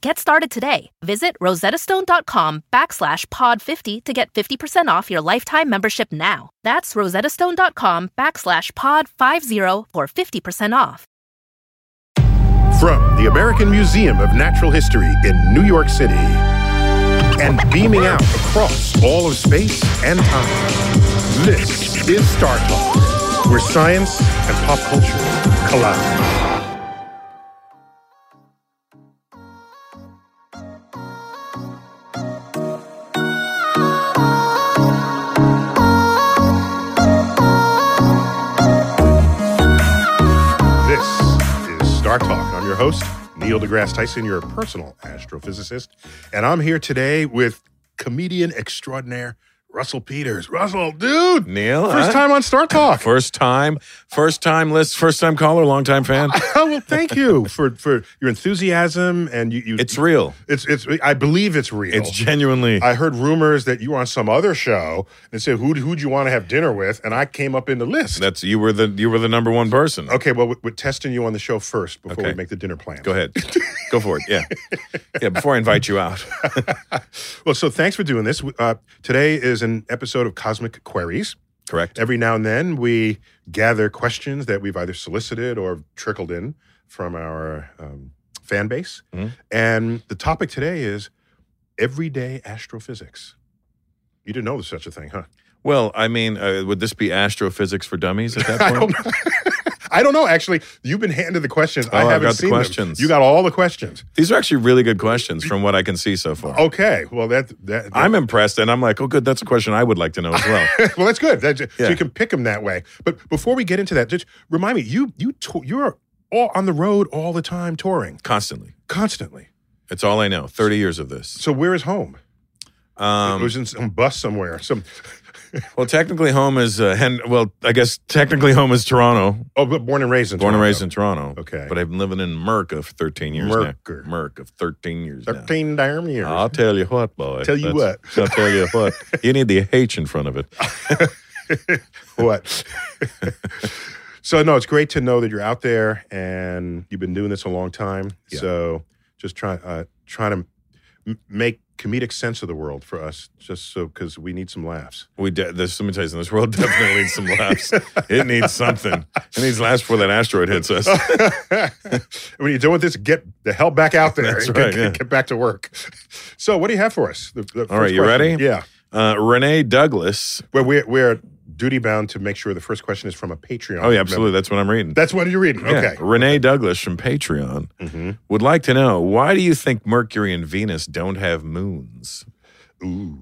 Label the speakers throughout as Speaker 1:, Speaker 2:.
Speaker 1: Get started today. Visit rosettastone.com backslash pod50 to get 50% off your lifetime membership now. That's rosettastone.com backslash pod50 for 50% off.
Speaker 2: From the American Museum of Natural History in New York City and beaming out across all of space and time, this is Star Talk, where science and pop culture collide. This is Star Talk. I'm your host, Neil deGrasse Tyson, your personal astrophysicist. And I'm here today with comedian extraordinaire Russell Peters. Russell, dude.
Speaker 3: Neil,
Speaker 2: First
Speaker 3: huh?
Speaker 2: time on Star Talk.
Speaker 3: First time, first time list, first time caller, long time fan.
Speaker 2: Oh, well, thank you for, for your enthusiasm and you, you
Speaker 3: It's real.
Speaker 2: it's it's I believe it's real.
Speaker 3: It's genuinely.
Speaker 2: I heard rumors that you were on some other show and said who who'd you want to have dinner with, and I came up in the list.
Speaker 3: That's you were the you were the number one person.
Speaker 2: okay, well, we're, we're testing you on the show first before we
Speaker 3: Okay.
Speaker 2: make the dinner plan.
Speaker 3: Go ahead, go for it. Yeah, yeah. Before I invite you out,
Speaker 2: Well, so thanks for doing this. Uh, today is an episode of Cosmic Queries.
Speaker 3: correct?
Speaker 2: Every now and then, we gather questions that we've either solicited or trickled in from our um, fan base.
Speaker 3: Mhm.
Speaker 2: And the topic today is everyday astrophysics. You didn't know there's such a thing, huh?
Speaker 3: Well, I mean, uh, would this be astrophysics for dummies at that
Speaker 2: I don't
Speaker 3: point?
Speaker 2: know. I don't know. Actually, you've been handed the questions. I
Speaker 3: Oh, I've
Speaker 2: haven't
Speaker 3: got the
Speaker 2: seen them.
Speaker 3: questions.
Speaker 2: You got all the questions.
Speaker 3: These are actually really good questions from what I can see so far.
Speaker 2: Okay. Well, that that, that-
Speaker 3: I'm impressed, and I'm like, oh, good. That's a question I would like to know as well.
Speaker 2: well. That's good. That's, So
Speaker 3: Yeah.
Speaker 2: you can pick them that way. But before we get into that, just remind me. You you to- you're all on the road all the time touring
Speaker 3: Constantly,
Speaker 2: constantly.
Speaker 3: it's all I know. Thirty years of this.
Speaker 2: So where is home?
Speaker 3: Um,
Speaker 2: it was in some bus somewhere. Some
Speaker 3: well, technically, home is uh, Hen- well, I guess technically home is Toronto.
Speaker 2: oh, but born and raised in
Speaker 3: Born and
Speaker 2: Toronto.
Speaker 3: raised in Toronto.
Speaker 2: Okay.
Speaker 3: But I've been living in Merca for 13 years
Speaker 2: Merca.
Speaker 3: now. Merca of 13 years now.
Speaker 2: Thirteen damn years.
Speaker 3: I'll tell you what, boy.
Speaker 2: Tell you
Speaker 3: That's- I'll tell you what. You need the H in front of it.
Speaker 2: what? so no, it's great to know that you're out there and you've been doing this a long time.
Speaker 3: Yeah.
Speaker 2: So just trying uh, trying to m- make comedic sense of the world for us, just so because we need some laughs.
Speaker 3: We de- this, let me tell you something. This world definitely needs some laughs. It needs something. It needs laughs before that asteroid hits us.
Speaker 2: when you're doing this, get the hell back out there.
Speaker 3: That's
Speaker 2: and
Speaker 3: right,
Speaker 2: get,
Speaker 3: yeah.
Speaker 2: get back to work. So what do you have for us? The- the
Speaker 3: All right,
Speaker 2: first
Speaker 3: you
Speaker 2: question.
Speaker 3: ready?
Speaker 2: Yeah.
Speaker 3: Uh, Renee Douglas. Oh,
Speaker 2: Well, we're we're duty bound to make sure the first question is from a Patreon.
Speaker 3: Oh, yeah,
Speaker 2: member.
Speaker 3: absolutely. That's what I'm reading.
Speaker 2: That's what you're reading.
Speaker 3: Yeah. Mm-hmm.
Speaker 2: Okay.
Speaker 3: Renee Douglas from Patreon
Speaker 2: hmm
Speaker 3: would like to know why do you think Mercury and Venus don't have moons?
Speaker 2: Ooh.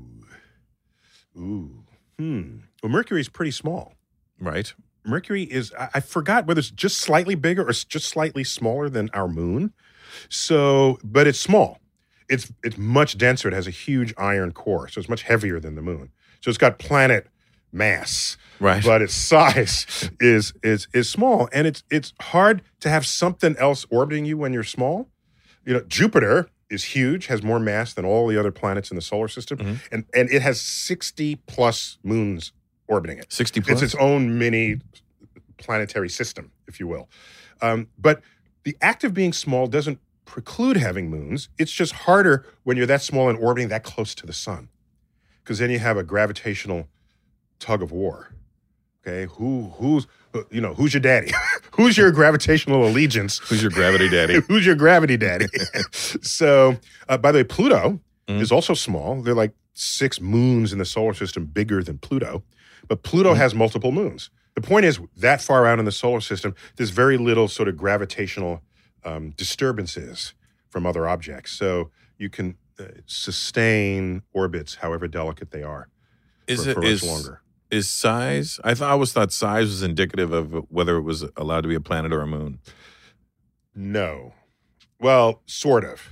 Speaker 2: Ooh. Hmm. Well, Mercury is pretty small.
Speaker 3: Right?
Speaker 2: Mercury is, I, I forgot whether it's just slightly bigger or s- just slightly smaller than our moon. So, but it's small. It's it's much denser. It has a huge iron core, so it's much heavier than the moon. So it's got planet mass,
Speaker 3: Right.
Speaker 2: but its size is is is small, and it's it's hard to have something else orbiting you when you're small. You know, Jupiter is huge, has more mass than all the other planets in the solar system,
Speaker 3: Mhm.
Speaker 2: and and it has sixty plus moons orbiting it
Speaker 3: 60 plus.
Speaker 2: it's its own mini planetary system, if you will. Um, but the act of being small doesn't preclude having moons. It's just harder when you're that small and orbiting that close to the sun, because then you have a gravitational tug of war. Okay, who who's who- you know who's your daddy? who's your gravitational allegiance?
Speaker 3: Who's your gravity daddy?
Speaker 2: Who's your gravity daddy? so, uh, by the way, Pluto
Speaker 3: Mhm.
Speaker 2: is also small. They're
Speaker 3: Mm.
Speaker 2: like six moons in the solar system bigger than Pluto, but Pluto has multiple moons. The point is, that far out in the solar system, there's very little sort of gravitational um, disturbances from other objects. So you can uh, sustain orbits, however delicate they are,
Speaker 3: Is
Speaker 2: for,
Speaker 3: it
Speaker 2: for
Speaker 3: is
Speaker 2: much longer.
Speaker 3: is size? I thought I always thought size was indicative of whether it was allowed to be a planet or a moon.
Speaker 2: No. Well, sort of.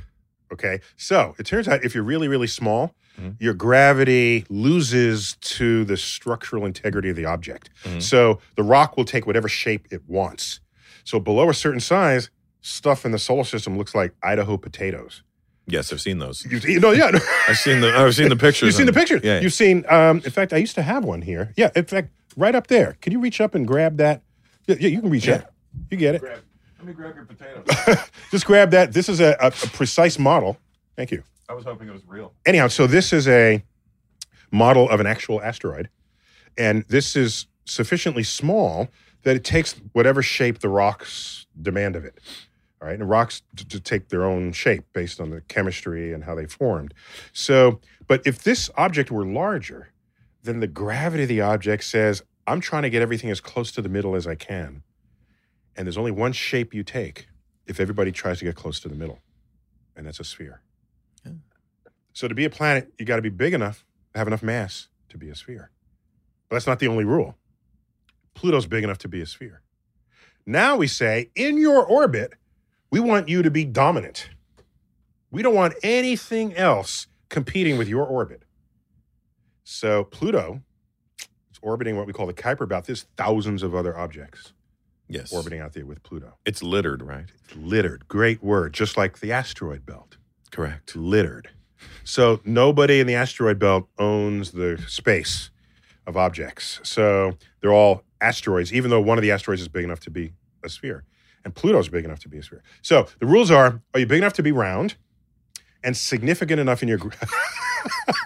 Speaker 2: Okay. So it turns out if you're really, really small,
Speaker 3: Mhm.
Speaker 2: your gravity loses to the structural integrity of the object.
Speaker 3: Mhm.
Speaker 2: So the rock will take whatever shape it wants. So below a certain size, stuff in the solar system looks like Idaho potatoes.
Speaker 3: Yes, I've seen those.
Speaker 2: You, you know, yeah. no.
Speaker 3: I've seen the I've seen the pictures.
Speaker 2: You've seen the
Speaker 3: and-
Speaker 2: picture.
Speaker 3: Yeah.
Speaker 2: You've seen. Um, in fact, I used to have one here. Yeah. In fact, right up there. Can you reach up and grab that? Yeah, yeah, you can reach up. You get it.
Speaker 3: Let me grab your potato.
Speaker 2: Just grab that. This is a, a, a precise model. Thank you.
Speaker 3: I was hoping it was real.
Speaker 2: Anyhow, so this is a model of an actual asteroid, and this is sufficiently small that it takes whatever shape the rocks demand of it. All right, and rocks t- to take their own shape based on the chemistry and how they formed. So, but if this object were larger, then the gravity of the object says, "I'm trying to get everything as close to the middle as I can," and there's only one shape you take if everybody tries to get close to the middle, and that's a sphere. So to be a planet, you got to be big enough, have enough mass to be a sphere. But that's not the only rule. Pluto's big enough to be a sphere. Now we say, in your orbit, we want you to be dominant. We don't want anything else competing with your orbit. So Pluto is orbiting what we call the Kuiper belt. There's thousands of other objects
Speaker 3: Yes.
Speaker 2: orbiting out there with Pluto.
Speaker 3: It's littered, right?
Speaker 2: It's littered, great word, just like the asteroid belt
Speaker 3: Correct.
Speaker 2: littered. So nobody in the asteroid belt owns the space of objects. So they're all asteroids, even though one of the asteroids is big enough to be a sphere. And Pluto's big enough to be a sphere. So the rules are are you big enough to be round and significant enough in your gr-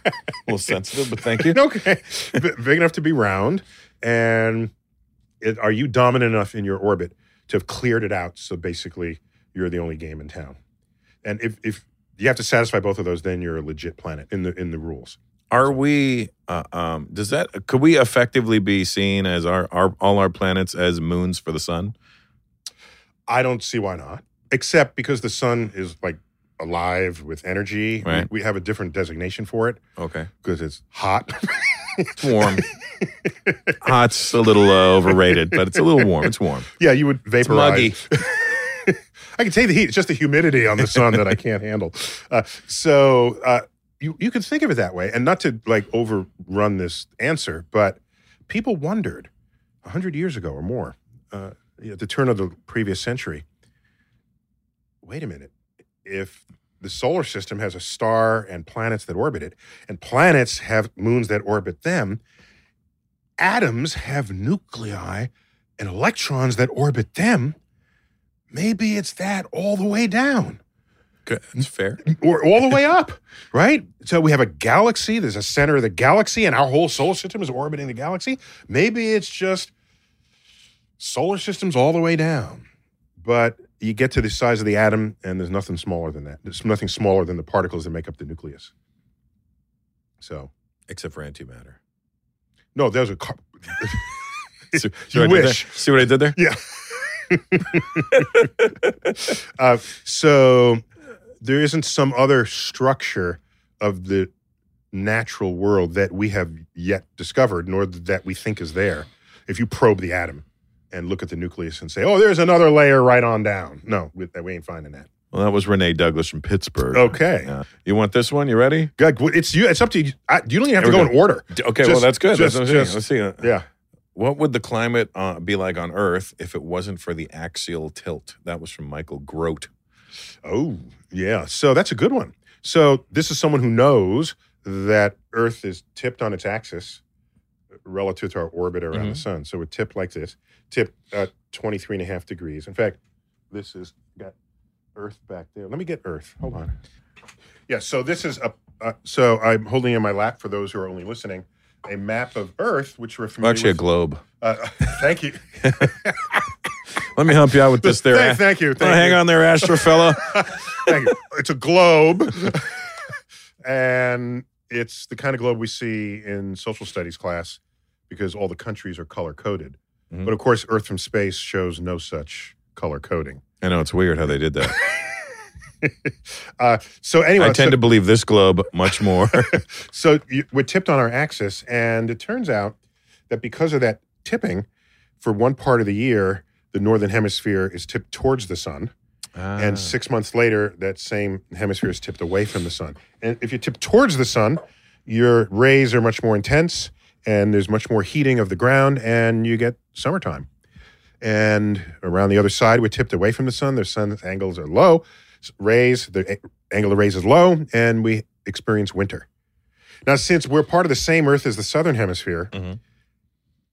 Speaker 3: A little sensitive, but thank you.
Speaker 2: okay. B- big enough to be round. And it, are you dominant enough in your orbit to have cleared it out? So basically, you're the only game in town. And if, if you have to satisfy both of those, then you're a legit planet in the in the rules.
Speaker 3: Are we? Uh, um, does that? Could we effectively be seen as our, our all our planets as moons for the sun?
Speaker 2: I don't see why not, except because the sun is like alive with energy. We-
Speaker 3: Right.
Speaker 2: We, have a different designation for it
Speaker 3: Okay.
Speaker 2: because it's hot.
Speaker 3: It's warm. Hot's a little uh, overrated, but it's a little warm. It's warm.
Speaker 2: yeah, you would
Speaker 3: It's
Speaker 2: vaporize.
Speaker 3: muggy.
Speaker 2: I can take the heat. It's just the humidity on the sun that I can't handle. Uh, so uh, you you could think of it that way, and not to like overrun this answer, but people wondered a hundred years ago or more, uh, at the turn of the previous century. Wait a minute, if the solar system has a star and planets that orbit it, and planets have moons that orbit them, atoms have nuclei and electrons that orbit them. Maybe it's that all the way down
Speaker 3: Okay, It's fair.
Speaker 2: or all the way up, right? So we have a galaxy, there's a center of the galaxy, and our whole solar system is orbiting the galaxy. Maybe it's just solar systems all the way down. But you get to the size of the atom, and there's nothing smaller than that. There's nothing smaller than the particles that make up the nucleus. So,
Speaker 3: Except for antimatter.
Speaker 2: no, there's a. Car-
Speaker 3: See, see what I did
Speaker 2: wish.
Speaker 3: there? See what I did there?
Speaker 2: Yeah. uh, so there isn't some other structure of the natural world that we have yet discovered, nor that we think is there. If you probe the atom and look at the nucleus and say, "Oh, there's another layer right on down," no, we, we ain't finding that.
Speaker 3: Well, that was Renee Douglas from Pittsburgh.
Speaker 2: Okay,
Speaker 3: Yeah. You want this one? You ready?
Speaker 2: God, it's you. It's up to you. I, you don't even have to go
Speaker 3: Here we
Speaker 2: in order.
Speaker 3: D- Okay,
Speaker 2: Just-
Speaker 3: well, that's good.
Speaker 2: just-
Speaker 3: That's what I'm saying.
Speaker 2: just-
Speaker 3: Let's see. uh,
Speaker 2: Yeah.
Speaker 3: What would the climate uh, be like on Earth if it wasn't for the axial tilt? That was from Michael Grote.
Speaker 2: Oh, yeah. So that's a good one. So this is someone who knows that Earth is tipped on its axis relative to our orbit around the
Speaker 3: Mhm.
Speaker 2: sun. So we're tipped like this, tipped at 23 and a half degrees. In fact, this is got Earth back there. Let me get Earth. Hold on. Yeah. So this is a, uh, so I'm holding in my lap for those who are only listening. A map of Earth, which we're
Speaker 3: Well,
Speaker 2: familiar
Speaker 3: actually, a
Speaker 2: with.
Speaker 3: globe.
Speaker 2: uh, thank you.
Speaker 3: Let me help you out with this there.
Speaker 2: thank, thank you.
Speaker 3: Oh,
Speaker 2: Thank
Speaker 3: hang
Speaker 2: you.
Speaker 3: on there, Astro fella.
Speaker 2: Thank you. It's a globe. and it's the kind of globe we see in social studies class because all the countries are color coded.
Speaker 3: Mhm.
Speaker 2: But of course, Earth from space shows no such color coding.
Speaker 3: I know it's weird how they did that.
Speaker 2: uh, so anyway,
Speaker 3: I tend
Speaker 2: so-
Speaker 3: to believe this globe much more.
Speaker 2: so you, we're tipped on our axis, and it turns out that because of that tipping, for one part of the year, the northern hemisphere is tipped towards the sun,
Speaker 3: Ah.
Speaker 2: and six months later, that same hemisphere is tipped away from the sun. And if you tip towards the sun, your rays are much more intense, and there's much more heating of the ground, and you get summertime. And around the other side, we're tipped away from the sun. The sun's angles are low, s- rays the a- angle of rays is low, and we experience winter. Now, since we're part of the same Earth as the southern hemisphere,
Speaker 3: Mhm.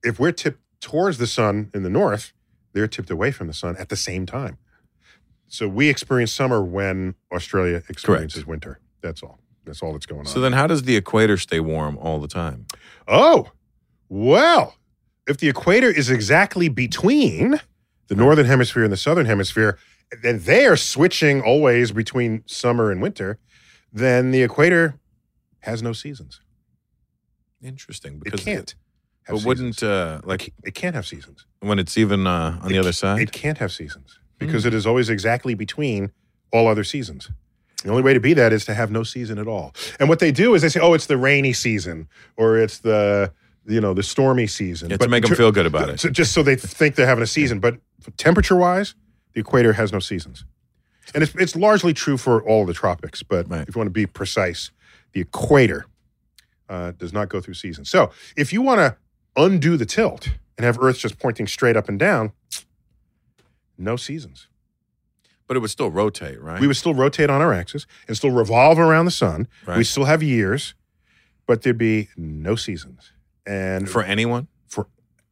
Speaker 2: if we're tipped towards the sun in the north, they're tipped away from the sun at the same time. So we experience summer when Australia experiences winter. That's all. That's all that's going on.
Speaker 3: so then, how does the equator stay warm all the time?
Speaker 2: oh, well, if the equator is exactly between the northern hemisphere and the southern hemisphere, and they are switching always between summer and winter, then the equator has no seasons.
Speaker 3: Interesting.
Speaker 2: It can't. have
Speaker 3: But wouldn't uh, like
Speaker 2: seasons. it can't have seasons
Speaker 3: when it's even uh, on the
Speaker 2: It
Speaker 3: other
Speaker 2: ca-
Speaker 3: side? Hmm.
Speaker 2: It can't have seasons because it is always exactly between all other seasons. The only way to be that is to have no season at all. And what they do is they say, "Oh, it's the rainy season," or "It's the you know the stormy season."
Speaker 3: yeah,
Speaker 2: But
Speaker 3: to make them
Speaker 2: ter-
Speaker 3: feel good about it.
Speaker 2: so- just so they think they're having a season. But temperature-wise, the equator has no seasons, and it's it's largely true for all the tropics. But
Speaker 3: Right.
Speaker 2: if you want to be precise, the equator uh, does not go through seasons. So if you want to undo the tilt and have Earth just pointing straight up and down, no seasons.
Speaker 3: But it would still rotate, right?
Speaker 2: We would still rotate on our axis and still revolve around the sun.
Speaker 3: right?
Speaker 2: We still have years, but there'd be no seasons. And
Speaker 3: for anyone.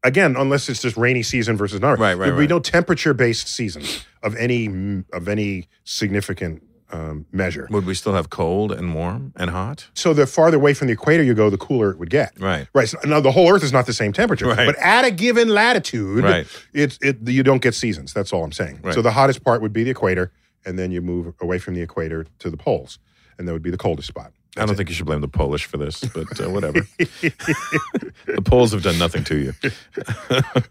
Speaker 2: again, unless it's just rainy season versus not.
Speaker 3: Right, right,
Speaker 2: There'd be
Speaker 3: right.
Speaker 2: no temperature-based seasons of any of any significant um, measure.
Speaker 3: Would we still have cold and warm and hot?
Speaker 2: So the farther away from the equator you go, the cooler it would get.
Speaker 3: Right.
Speaker 2: Right. So now the whole Earth is not the same temperature,
Speaker 3: Right.
Speaker 2: but at a given latitude,
Speaker 3: Right.
Speaker 2: it, it you don't get seasons. That's all I'm saying.
Speaker 3: Right.
Speaker 2: So the hottest part would be the equator, and then you move away from the equator to the poles, and that would be the coldest spot.
Speaker 3: I don't think you should blame the Polish for this, but uh, whatever. the Poles have done nothing to you.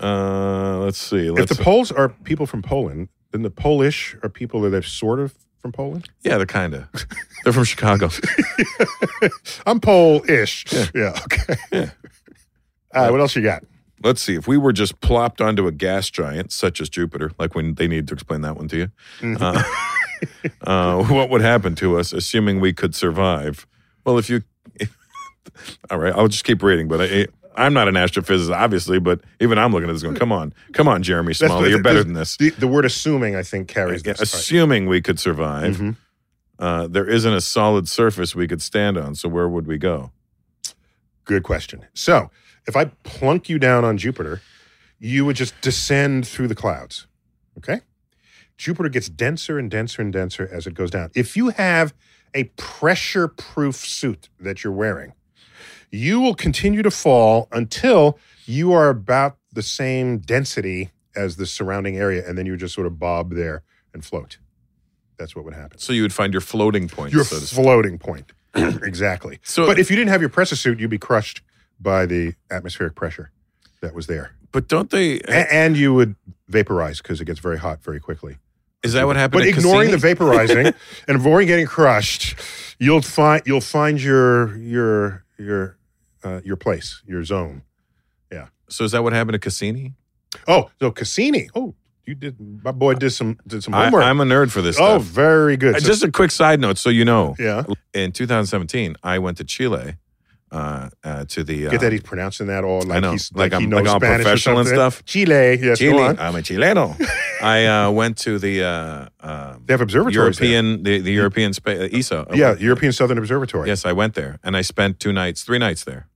Speaker 3: uh, let's see. Let's,
Speaker 2: if the Poles are people from Poland, then the Polish are people that are sort of from Poland.
Speaker 3: yeah, they're kind of. They're from Chicago.
Speaker 2: I'm Polish. Yeah. okay.
Speaker 3: Yeah.
Speaker 2: All right. What else you got?
Speaker 3: Let's see. If we were just plopped onto a gas giant such as Jupiter, like when they need to explain that one to you,
Speaker 2: Mm-hmm.
Speaker 3: uh, uh, what would happen to us, assuming we could survive? Well, if you, all right, I'll just keep reading. But I, I'm not an astrophysicist, obviously. But even I'm looking at this going, come on, come on, Jeremy
Speaker 2: That's
Speaker 3: Smalley,
Speaker 2: what-
Speaker 3: you're better than this.
Speaker 2: The, the word assuming, I think, carries
Speaker 3: Yeah,
Speaker 2: this.
Speaker 3: assuming we
Speaker 2: All
Speaker 3: could
Speaker 2: right.
Speaker 3: survive,
Speaker 2: Mhm.
Speaker 3: uh, there isn't a solid surface we could stand on. So where would we go?
Speaker 2: Good question. So, if I plunk you down on Jupiter, you would just descend through the clouds. Okay? Jupiter gets denser and denser and denser as it goes down. If you have a pressure proof suit that you're wearing, you will continue to fall until you are about the same density as the surrounding area, and then you just sort of bob there and float. That's what would happen.
Speaker 3: So you would find your floating point.
Speaker 2: Your
Speaker 3: so to speak.
Speaker 2: floating point. exactly.
Speaker 3: So,
Speaker 2: But if you didn't have your pressure suit, you'd be crushed by the atmospheric pressure that was there,
Speaker 3: but don't they? eh,
Speaker 2: A- and you would vaporize because it gets very hot very quickly.
Speaker 3: Is that what happened?
Speaker 2: But
Speaker 3: at
Speaker 2: ignoring
Speaker 3: Cassini?
Speaker 2: the vaporizing and avoiding getting crushed, you'll find you'll find your your your uh, your place, your zone.
Speaker 3: So is that what happened to Cassini?
Speaker 2: Oh, so Cassini. Oh, you did. My boy did some did some
Speaker 3: I,
Speaker 2: homework.
Speaker 3: am a nerd for this
Speaker 2: oh,
Speaker 3: stuff.
Speaker 2: very good.
Speaker 3: Uh,
Speaker 2: So-
Speaker 3: Just a quick side note, so you know.
Speaker 2: yeah.
Speaker 3: In 2017, I went to Chile uh, uh, to the. Uh,
Speaker 2: Get that he's pronouncing that all like
Speaker 3: know,
Speaker 2: he's
Speaker 3: like
Speaker 2: like, he
Speaker 3: I'm-
Speaker 2: knows
Speaker 3: like I'm
Speaker 2: Spanish or
Speaker 3: professional and
Speaker 2: something.
Speaker 3: stuff.
Speaker 2: Chile, yes, e- go
Speaker 3: Chile.
Speaker 2: on.
Speaker 3: I'm a Chileno. I uh, went to the uh, um,
Speaker 2: They have observatories. there.
Speaker 3: European, the, the European uh, E space, ESO.
Speaker 2: yeah, European Southern Observatory.
Speaker 3: Oh, Yes, I went there, and I spent two nights, three nights there.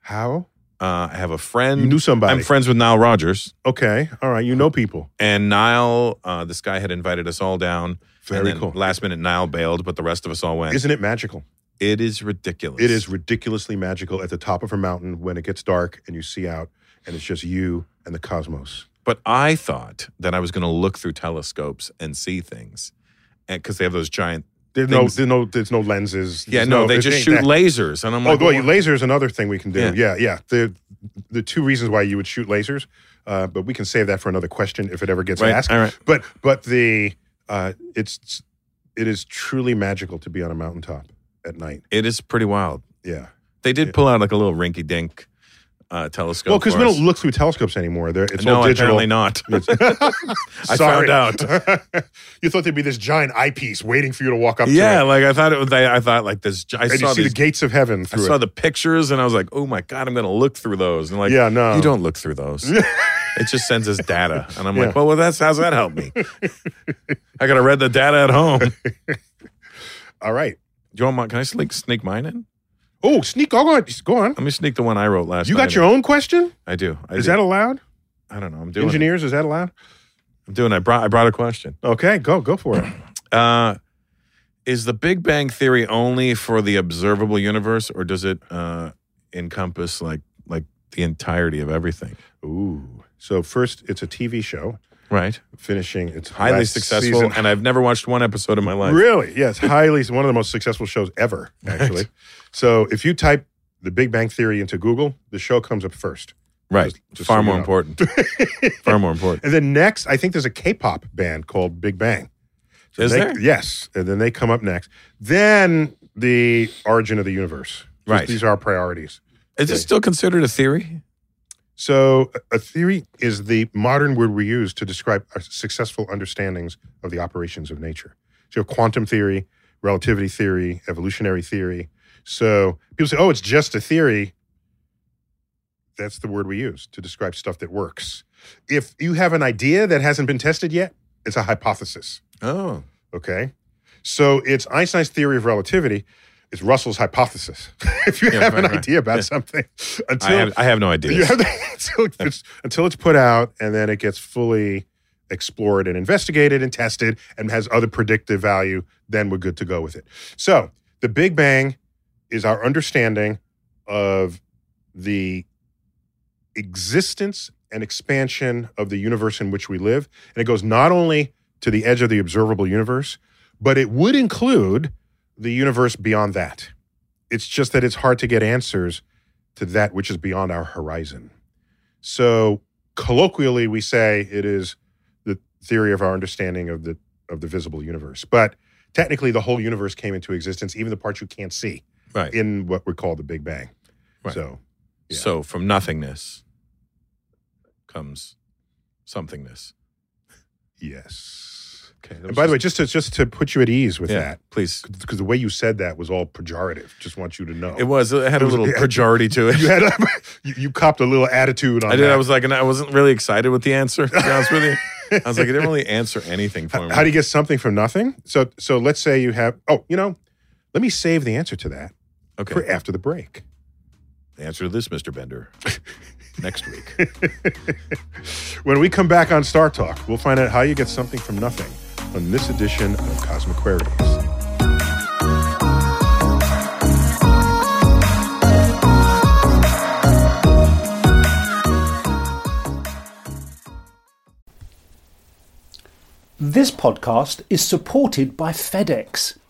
Speaker 2: How?
Speaker 3: Uh, I have a friend.
Speaker 2: You knew somebody.
Speaker 3: I'm friends with Nile Rogers,
Speaker 2: Okay. All right. You know people.
Speaker 3: and Nile. Uh, this guy had invited us all down. and
Speaker 2: Very
Speaker 3: then
Speaker 2: cool.
Speaker 3: Last minute, Nile bailed, but the rest of us all went.
Speaker 2: Isn't it magical?
Speaker 3: It is ridiculous.
Speaker 2: It is ridiculously magical at the top of a mountain when it gets dark and you see out and it's just you and the cosmos.
Speaker 3: But I thought that I was going to look through telescopes and see things, and because they have those giant
Speaker 2: There's no, there's no, there's no lenses.
Speaker 3: Yeah,
Speaker 2: There's
Speaker 3: no, they
Speaker 2: there's
Speaker 3: just
Speaker 2: ain't
Speaker 3: shoot
Speaker 2: that-
Speaker 3: lasers, and I'm
Speaker 2: Oh,
Speaker 3: like,
Speaker 2: boy,
Speaker 3: "Well,
Speaker 2: laser is another thing we can do.
Speaker 3: Yeah.
Speaker 2: Yeah, yeah. The the two reasons why you would shoot lasers, uh, but we can save that for another question if it ever gets
Speaker 3: right,
Speaker 2: asked.
Speaker 3: all right.
Speaker 2: But but the uh, it's it is truly magical to be on a mountaintop at night.
Speaker 3: It is pretty wild.
Speaker 2: Yeah.
Speaker 3: They did
Speaker 2: Yeah.
Speaker 3: pull out like a little rinky dink uh, telescope.
Speaker 2: well, because
Speaker 3: for
Speaker 2: we
Speaker 3: us.
Speaker 2: don't look through telescopes anymore. They're, it's
Speaker 3: no,
Speaker 2: all digital.
Speaker 3: apparently not.
Speaker 2: I
Speaker 3: I found out.
Speaker 2: you thought there'd be this giant eyepiece waiting for you to walk up.
Speaker 3: yeah,
Speaker 2: to it.
Speaker 3: like I thought it was. I, I thought like this. I
Speaker 2: and
Speaker 3: saw
Speaker 2: you see
Speaker 3: these.
Speaker 2: the gates of heaven
Speaker 3: I
Speaker 2: through
Speaker 3: saw
Speaker 2: it.
Speaker 3: the pictures, and I was like, "Oh my god, I'm going to look through those." And like,
Speaker 2: yeah, no,
Speaker 3: you don't look through those. it just sends us data, and I'm
Speaker 2: Yeah.
Speaker 3: like, "Well, well, that's how's that help me? I got to read the data at home." Do
Speaker 2: All right.
Speaker 3: you want my? Can I sneak sneak mine in?
Speaker 2: Oh, sneak. Go on. Go on.
Speaker 3: Let me sneak the one I wrote last.
Speaker 2: You
Speaker 3: night
Speaker 2: got your
Speaker 3: in.
Speaker 2: own question?
Speaker 3: I do. I
Speaker 2: Is
Speaker 3: do.
Speaker 2: that allowed?
Speaker 3: I don't know. I'm doing. it.
Speaker 2: Engineers, is that allowed?
Speaker 3: I'm doing. it. I brought. I brought a question.
Speaker 2: Okay, go go for it.
Speaker 3: Uh, is the Big Bang Theory only for the observable universe, or does it uh, encompass like like the entirety of everything?
Speaker 2: Ooh. So first, it's a TV show
Speaker 3: Right.
Speaker 2: finishing its
Speaker 3: Highly
Speaker 2: last
Speaker 3: successful,
Speaker 2: season.
Speaker 3: and I've never watched one episode in my life.
Speaker 2: Really? Yes, highly one of the most successful shows ever, actually. So if you type the Big Bang Theory into Google, the show comes up first.
Speaker 3: Right.
Speaker 2: Just- just
Speaker 3: Far
Speaker 2: so you
Speaker 3: more
Speaker 2: know.
Speaker 3: important. Far more important.
Speaker 2: And then next, I think there's a K-pop band called Big Bang. So
Speaker 3: Is
Speaker 2: they-
Speaker 3: there?
Speaker 2: Yes, and then they come up next. Then the origin of the universe. Just
Speaker 3: Right.
Speaker 2: These are our priorities.
Speaker 3: Is it still considered a theory?
Speaker 2: So, a- a theory is the modern word we use to describe our successful understandings of the operations of nature. So, quantum theory, relativity theory, evolutionary theory. So, people say, oh, it's just a theory. That's the word we use to describe stuff that works. If you have an idea that hasn't been tested yet, it's a hypothesis.
Speaker 3: Oh.
Speaker 2: Okay. So, it's Einstein's theory of relativity. It's Russell's hypothesis. if you
Speaker 3: Yeah,
Speaker 2: have
Speaker 3: right,
Speaker 2: an
Speaker 3: right.
Speaker 2: idea about
Speaker 3: Yeah.
Speaker 2: something, until
Speaker 3: I have, I have no
Speaker 2: you
Speaker 3: idea.
Speaker 2: have to, until, it's, until it's put out and then it gets fully explored and investigated and tested and has other predictive value, then we're good to go with it. So the Big Bang is our understanding of the existence and expansion of the universe in which we live. And it goes not only to the edge of the observable universe, but it would include the universe beyond that. It's just that it's hard to get answers to that which is beyond our horizon. So colloquially we say it is the theory of our understanding of the of the visible universe. But technically the whole universe came into existence, even the parts you can't see
Speaker 3: Right.
Speaker 2: in what we call the Big Bang.
Speaker 3: Right.
Speaker 2: So yeah.
Speaker 3: So from nothingness comes somethingness.
Speaker 2: yes.
Speaker 3: Okay.
Speaker 2: And by the way, just to just to put you at ease with
Speaker 3: yeah,
Speaker 2: that,
Speaker 3: please.
Speaker 2: because the way you said that was all pejorative. Just want you to know.
Speaker 3: It was. It had
Speaker 2: It
Speaker 3: a
Speaker 2: was-
Speaker 3: little
Speaker 2: yeah.
Speaker 3: pejorative to it.
Speaker 2: you had a, you, you copped a little attitude on
Speaker 3: I did.
Speaker 2: that.
Speaker 3: I was like, and I wasn't really excited with the answer. To be honest with you, I was like, it didn't really answer anything for
Speaker 2: H-
Speaker 3: me.
Speaker 2: How do you get something from nothing? So so let's say you have oh, you know, let me save the answer to that
Speaker 3: okay.
Speaker 2: for after the break.
Speaker 3: The answer to this, Mister Bender, next week.
Speaker 2: When we come back on Star Talk, we'll find out how you get something from nothing on this edition of Cosmic Queries.
Speaker 4: This podcast is supported by FedEx.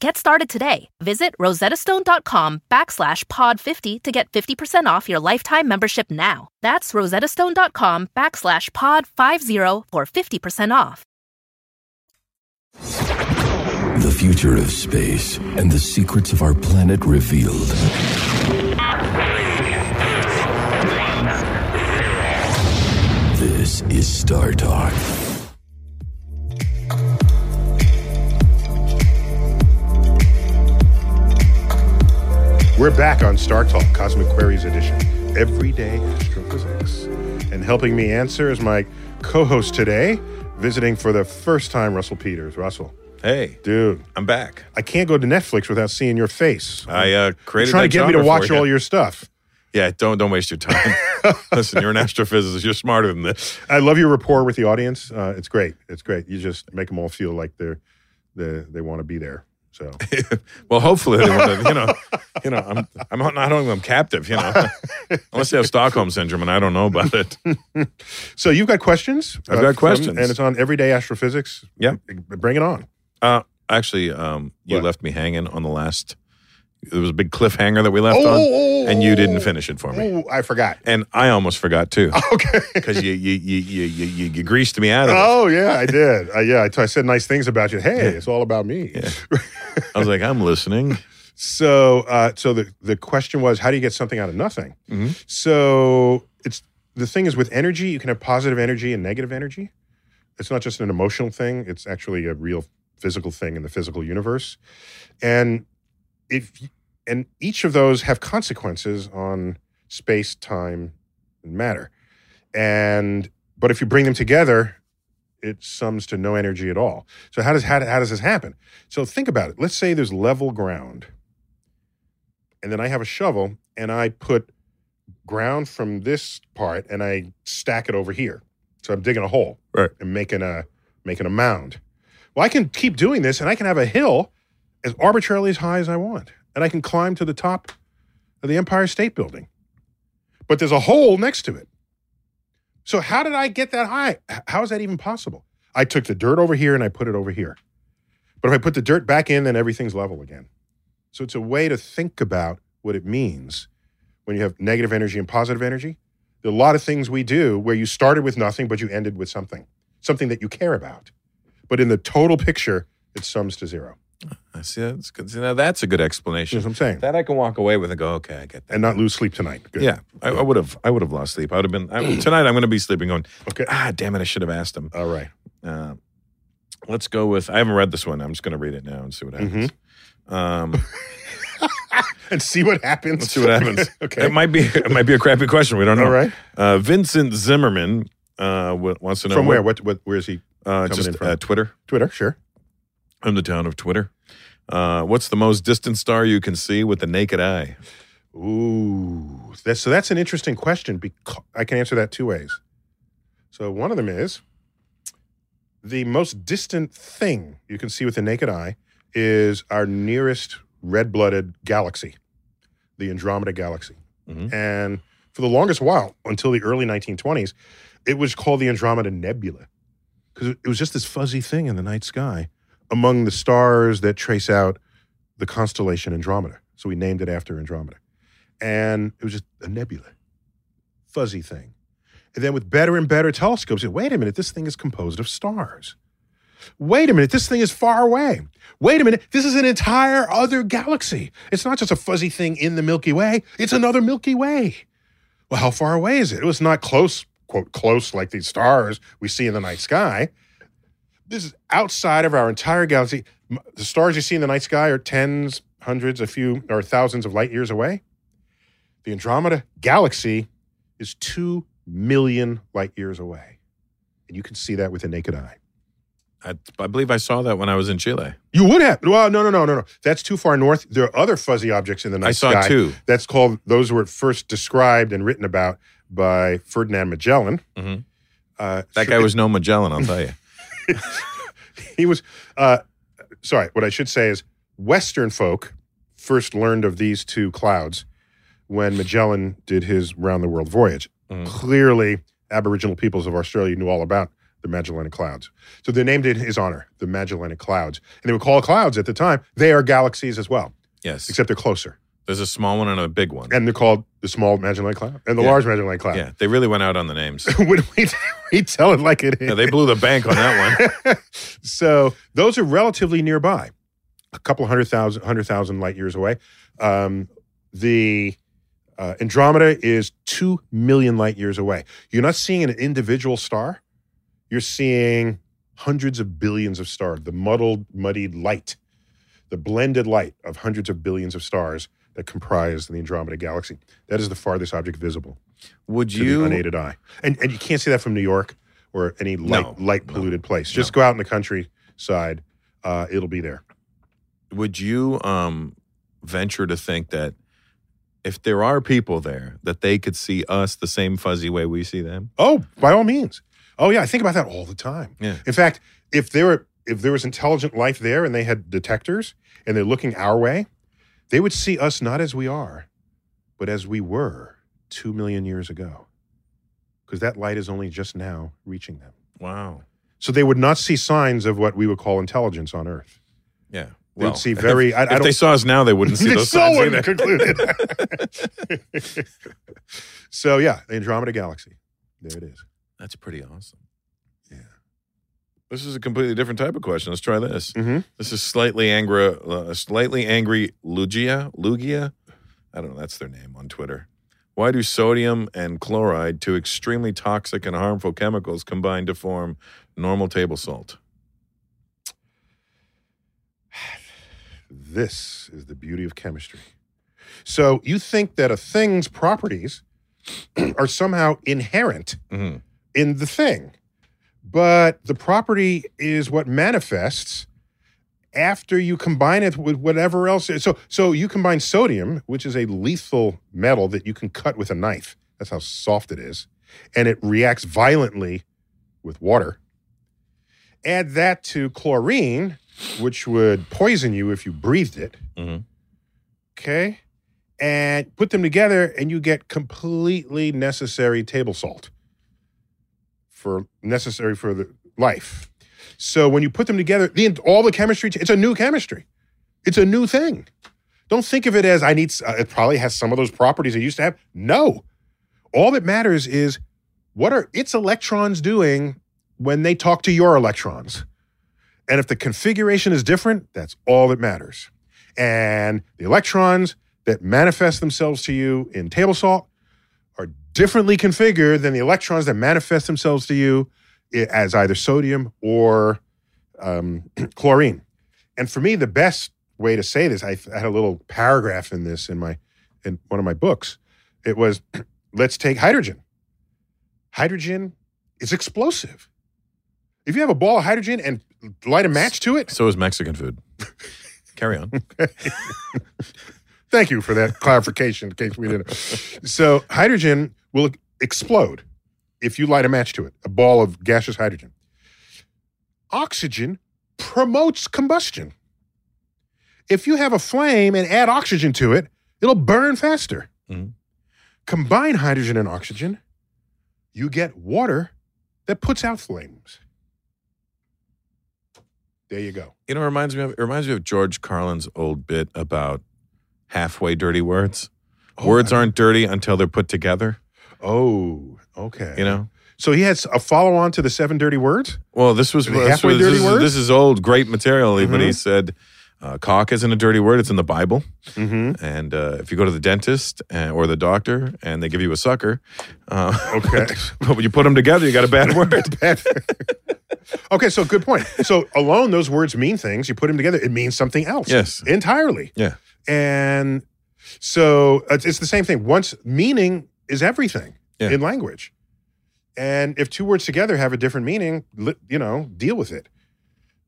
Speaker 1: Get started today. Visit rosettastone.com backslash pod 50 to get 50% off your lifetime membership now. That's rosettastone.com backslash pod 50 for 50% off.
Speaker 5: The future of space and the secrets of our planet revealed. This is Star Talk.
Speaker 2: We're back on Star Talk Cosmic Queries Edition, everyday astrophysics. And helping me answer is my co host today, visiting for the first time, Russell Peters. Russell,
Speaker 3: Hey,
Speaker 2: dude,
Speaker 3: I'm back.
Speaker 2: I can't go to Netflix without seeing your face.
Speaker 3: I uh,
Speaker 2: You're
Speaker 3: created
Speaker 2: trying to
Speaker 3: that
Speaker 2: get me to
Speaker 3: genre for
Speaker 2: watch
Speaker 3: you.
Speaker 2: all your stuff.
Speaker 3: Yeah, don't don't waste your time. Listen, you're an astrophysicist. You're smarter than this.
Speaker 2: I love your rapport with the audience. Uh, it's great. It's great. You just make them all feel like they're, they they want to be there. So
Speaker 3: Well, hopefully they want to. You know, you know, I'm I'm not not holding them captive. You know, unless they have Stockholm syndrome, and I don't know about it.
Speaker 2: So you've got questions? Uh,
Speaker 3: I've got
Speaker 2: from-
Speaker 3: questions.
Speaker 2: and it's on everyday astrophysics.
Speaker 3: Yeah.
Speaker 2: bring it on.
Speaker 3: Uh, actually, um, you
Speaker 2: What?
Speaker 3: left me hanging on the last. There was a big cliffhanger that we left on, and you didn't finish it for me.
Speaker 2: Oh, I forgot.
Speaker 3: And I almost forgot too,
Speaker 2: Okay.
Speaker 3: because you you, you you you you you greased me out of it.
Speaker 2: Oh yeah, I did. I, yeah, I, t- I said nice things about you. Hey, it's all about me.
Speaker 3: I was like, I'm listening.
Speaker 2: So, uh, so the the question was, how do you get something out of nothing?
Speaker 3: Mhm.
Speaker 2: So it's the thing is with energy, you can have positive energy and negative energy. It's not just an emotional thing; it's actually a real physical thing in the physical universe, and if y- and each of those have consequences on space, time, and matter. And but if you bring them together, it sums to no energy at all. So how does how, how does this happen? So think about it. Let's say there's level ground, and then I have a shovel and I put ground from this part and I stack it over here. So I'm digging a hole
Speaker 3: Right.
Speaker 2: and making a making a mound. Well, I can keep doing this and I can have a hill as arbitrarily as high as I want, and I can climb to the top of the Empire State Building. But there's a hole next to it. So how did I get that high? H- How is that even possible? I took the dirt over here and I put it over here. But if I put the dirt back in, then everything's level again. So it's a way to think about what it means when you have negative energy and positive energy. There are a lot of things we do where you started with nothing, but you ended with something, something that you care about. But in the total picture, it sums to zero.
Speaker 3: I see that's good. See, now that's a good
Speaker 2: You know
Speaker 3: explanation.
Speaker 2: what I'm saying?
Speaker 3: That I can walk away with and go, okay, I get that.
Speaker 2: and not lose sleep tonight. Good.
Speaker 3: Yeah, I, I would have. I would have lost sleep. I would have been I, tonight. I'm going to be sleeping. Going.
Speaker 2: Okay.
Speaker 3: Ah, damn it! I should have asked him.
Speaker 2: All right.
Speaker 3: Uh, let's go with. I haven't read this one. I'm just going to read it now and see what
Speaker 2: Mm-hmm.
Speaker 3: happens. Um,
Speaker 2: And see what happens.
Speaker 3: let's see what happens.
Speaker 2: okay.
Speaker 3: It might be. It might be a crappy question. We don't know.
Speaker 2: All right.
Speaker 3: Uh, Vincent Zimmerman uh, wa- wants to know
Speaker 2: from where? What, what? Where is he?
Speaker 3: Uh,
Speaker 2: coming in
Speaker 3: just
Speaker 2: from?
Speaker 3: uh, Twitter.
Speaker 2: Twitter. Sure.
Speaker 3: I'm the town of Twitter. Uh, what's the most distant star you can see with the naked eye?
Speaker 2: Ooh, that's, so that's an interesting question. Because I can answer that two ways. So one of them is the most distant thing you can see with the naked eye is our nearest red-blooded galaxy, the Andromeda Galaxy.
Speaker 3: Mhm.
Speaker 2: And for the longest while, until the early 1920s, it was called the Andromeda Nebula because it was just this fuzzy thing in the night sky among the stars that trace out the constellation Andromeda. So we named it after Andromeda. And it was just a nebula, fuzzy thing. And then with better and better telescopes, you go, wait a minute, this thing is composed of stars. Wait a minute, this thing is far away. Wait a minute, this is an entire other galaxy. It's not just a fuzzy thing in the Milky Way, it's another Milky Way. Well, how far away is it? It was not close, quote, close like these stars we see in the night sky. This is outside of our entire galaxy. M- The stars you see in the night sky are tens, hundreds, a few, or thousands of light years away. The Andromeda galaxy is two million light years away. And you can see that with the naked eye.
Speaker 3: I, I believe I saw that when I was in Chile.
Speaker 2: You would have. Well, no, no, no, no, no. That's too far north. There are other fuzzy objects in the night
Speaker 3: I saw
Speaker 2: sky.
Speaker 3: two.
Speaker 2: That's called. Those were first described and written about by Ferdinand Magellan.
Speaker 3: Mhm.
Speaker 2: Uh,
Speaker 3: That
Speaker 2: should-
Speaker 3: guy was no Magellan, I'll tell you.
Speaker 2: He was. Uh, sorry. What I should say is Western folk first learned of these two clouds when Magellan did his round the world voyage.
Speaker 3: Mhm.
Speaker 2: Clearly, Aboriginal peoples of Australia knew all about the Magellanic Clouds. So they named it in his honor, the Magellanic Clouds. And they were called clouds at the time. They are galaxies as well,
Speaker 3: Yes.
Speaker 2: except they're closer.
Speaker 3: There's a small one and a big one.
Speaker 2: and they're called the small Magellanic Cloud and the
Speaker 3: Yeah.
Speaker 2: large Magellanic Cloud.
Speaker 3: Yeah, they really went out on the names.
Speaker 2: when we, we tell it like it is.
Speaker 3: Yeah, they blew the bank on that one.
Speaker 2: so those are relatively nearby, a couple hundred thousand, hundred thousand light years away. Um, the uh, Andromeda is two million light years away. You're not seeing an individual star. You're seeing hundreds of billions of stars, the muddled, muddied light, the blended light of hundreds of billions of stars that comprise the Andromeda galaxy. That is the farthest object visible
Speaker 3: Would
Speaker 2: to the
Speaker 3: you?
Speaker 2: unaided eye. And and you can't see that from New York or any light
Speaker 3: No,
Speaker 2: light
Speaker 3: no,
Speaker 2: polluted place. Just go out in the countryside. Uh, it'll be there.
Speaker 3: Would you um, venture to think that if there are people there, that they could see us the same fuzzy way we see them?
Speaker 2: Oh, by all means. Oh yeah, I think about that all the time.
Speaker 3: Yeah.
Speaker 2: In fact, if there were if there was intelligent life there and they had detectors and they're looking our way, they would see us not as we are, but as we were two million years ago. Because that light is only just now reaching them.
Speaker 3: Wow.
Speaker 2: So they would not see signs of what we would call intelligence on Earth.
Speaker 3: Yeah.
Speaker 2: They would see very-
Speaker 3: If,
Speaker 2: I- I
Speaker 3: if
Speaker 2: don't-
Speaker 3: they saw us now, they wouldn't see those
Speaker 2: so
Speaker 3: signs
Speaker 2: wouldn't
Speaker 3: either.
Speaker 2: conclude. so yeah, the Andromeda Galaxy. There it is.
Speaker 3: That's pretty awesome.
Speaker 2: Yeah.
Speaker 3: This is a completely different type of question. Let's try this.
Speaker 2: Mhm.
Speaker 3: This is slightly angry, uh, slightly angry Lugia. Lugia, I don't know. That's their name on Twitter. Why do sodium and chloride, two extremely toxic and harmful chemicals, combine to form normal table salt?
Speaker 2: This is the beauty of chemistry. So you think that a thing's properties are somehow inherent
Speaker 3: Mhm.
Speaker 2: in the thing, but the property is what manifests after you combine it with whatever else. So so you combine sodium, which is a lethal metal that you can cut with a knife. That's how soft it is, and it reacts violently with water. Add that to chlorine, which would poison you if you breathed it.
Speaker 3: Mhm.
Speaker 2: Okay. And put them together, and you get completely necessary table salt for necessary for the life. So when you put them together, the, all the chemistry, it's a new chemistry. It's a new thing. Don't think of it as I need, s- uh, it probably has some of those properties it used to have. No. All that matters is what are its electrons doing when they talk to your electrons? And if the configuration is different, that's all that matters. And the electrons that manifest themselves to you in table salt are differently configured than the electrons that manifest themselves to you i- as either sodium or um, chlorine. And for me, the best way to say this, I f- I had a little paragraph in this in my in one of my books. It was, let's take hydrogen. Hydrogen is explosive. If you have a ball of hydrogen and light a match to it,
Speaker 3: So is Mexican food. Carry on.
Speaker 2: Thank you for that clarification in case we didn't. So, hydrogen will explode if you light a match to it, a ball of gaseous hydrogen. Oxygen promotes combustion. If you have a flame and add oxygen to it, it'll burn faster.
Speaker 3: Mhm.
Speaker 2: Combine hydrogen and oxygen, you get water that puts out flames. There you go.
Speaker 3: You know, it reminds me of it reminds me of George Carlin's old bit about halfway dirty words. words aren't dirty until they're put together,
Speaker 2: Oh, okay.
Speaker 3: you know?
Speaker 2: So he has a follow on to the seven dirty words?
Speaker 3: Well, this was,
Speaker 2: The
Speaker 3: this,
Speaker 2: halfway
Speaker 3: was
Speaker 2: dirty
Speaker 3: this, is,
Speaker 2: words?
Speaker 3: this is old, great material. But he said, uh, cock isn't a dirty word, it's in the Bible.
Speaker 2: Mm-hmm.
Speaker 3: And uh, if you go to the dentist uh, or the doctor and they give you a sucker, uh,
Speaker 2: Okay.
Speaker 3: but when you put them together, you got a bad word.
Speaker 2: okay, so good point. So alone, those words mean things. You put them together, it means something else.
Speaker 3: Yes.
Speaker 2: Entirely.
Speaker 3: Yeah.
Speaker 2: And so uh, it's it's the same thing. Once meaning is everything
Speaker 3: Yeah.
Speaker 2: in language. And if two words together have a different meaning, li- you know, deal with it.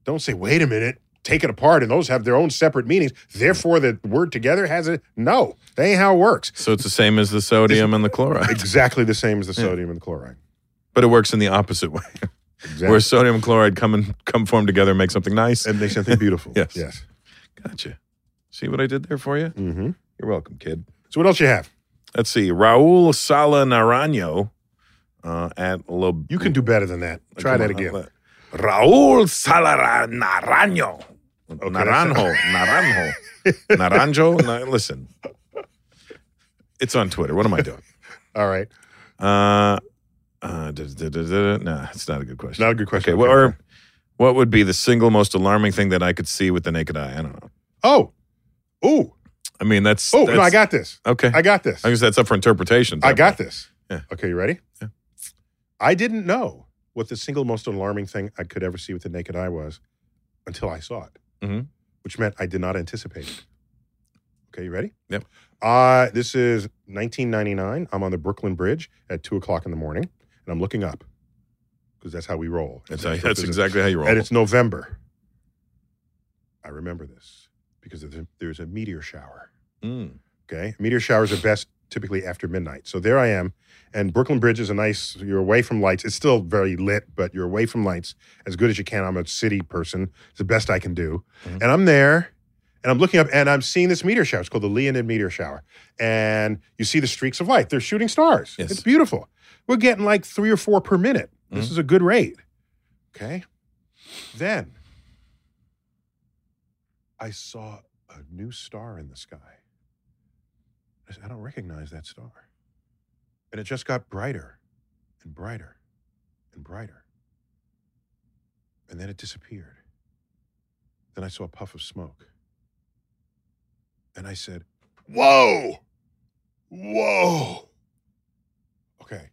Speaker 2: Don't say, wait a minute, take it apart, and those have their own separate meanings. Therefore, the word together has a no. That ain't how it works.
Speaker 3: So it's the same as the sodium and the chloride,
Speaker 2: Exactly the same as the sodium and the chloride.
Speaker 3: but it works in the opposite way,
Speaker 2: Exactly.
Speaker 3: where sodium and chloride come and come form together and make something nice.
Speaker 2: and make something beautiful.
Speaker 3: Yes.
Speaker 2: Yes.
Speaker 3: Gotcha. See what I did there for you?
Speaker 2: hmm
Speaker 3: You're welcome, kid.
Speaker 2: So what else you have?
Speaker 3: Let's see. Raul Sala Naranjo uh, at Lob.
Speaker 2: You can do better than that. Try
Speaker 3: Come
Speaker 2: that
Speaker 3: on,
Speaker 2: again.
Speaker 3: let- Raul Sala Naranjo. Naranjo. Naranjo. Naranjo. Na- listen. It's on Twitter. What am I doing?
Speaker 2: All right.
Speaker 3: Uh, uh, da, da, da, da, da. Nah, it's not a good question.
Speaker 2: Not a good question.
Speaker 3: Okay,
Speaker 2: Okay,
Speaker 3: well, or
Speaker 2: okay.
Speaker 3: what would be the single most alarming thing that I could see with the naked eye? I don't know.
Speaker 2: Oh. Oh.
Speaker 3: I mean, that's
Speaker 2: Oh, no,
Speaker 3: that's-
Speaker 2: I got this.
Speaker 3: okay.
Speaker 2: I got this.
Speaker 3: I guess that's up for interpretation.
Speaker 2: I got this.
Speaker 3: Yeah.
Speaker 2: Okay, you ready?
Speaker 3: Yeah.
Speaker 2: I didn't know what the single most alarming thing I could ever see with the naked eye was until I saw it,
Speaker 3: Mhm.
Speaker 2: which meant I did not anticipate it. Okay, you ready?
Speaker 3: Yep.
Speaker 2: Uh, this is 1999. I'm on the Brooklyn Bridge at two o'clock in the morning, and I'm looking up because that's how we roll.
Speaker 3: That's,
Speaker 2: It's
Speaker 3: how- that's
Speaker 2: astrophysics.
Speaker 3: exactly how you roll.
Speaker 2: And it's November. I remember this because there's a- there's a meteor shower.
Speaker 3: Mm.
Speaker 2: Okay. Meteor showers are best typically after midnight. So there I am. And Brooklyn Bridge is a nice, you're away from lights. It's still very lit, but you're away from lights as good as you can. I'm a city person. It's the best I can do. And I'm there and I'm looking up and I'm seeing this meteor shower. It's called the Leonid meteor shower. And you see the streaks of light. They're shooting stars.
Speaker 3: Yes.
Speaker 2: It's beautiful. We're getting like three or four per minute. This
Speaker 3: Mhm.
Speaker 2: is a good rate. Okay. Then I saw a new star in the sky. I said, I don't recognize that star. And it just got brighter and brighter and brighter. And then it disappeared. Then I saw a puff of smoke. And I said, Whoa! Whoa! Okay.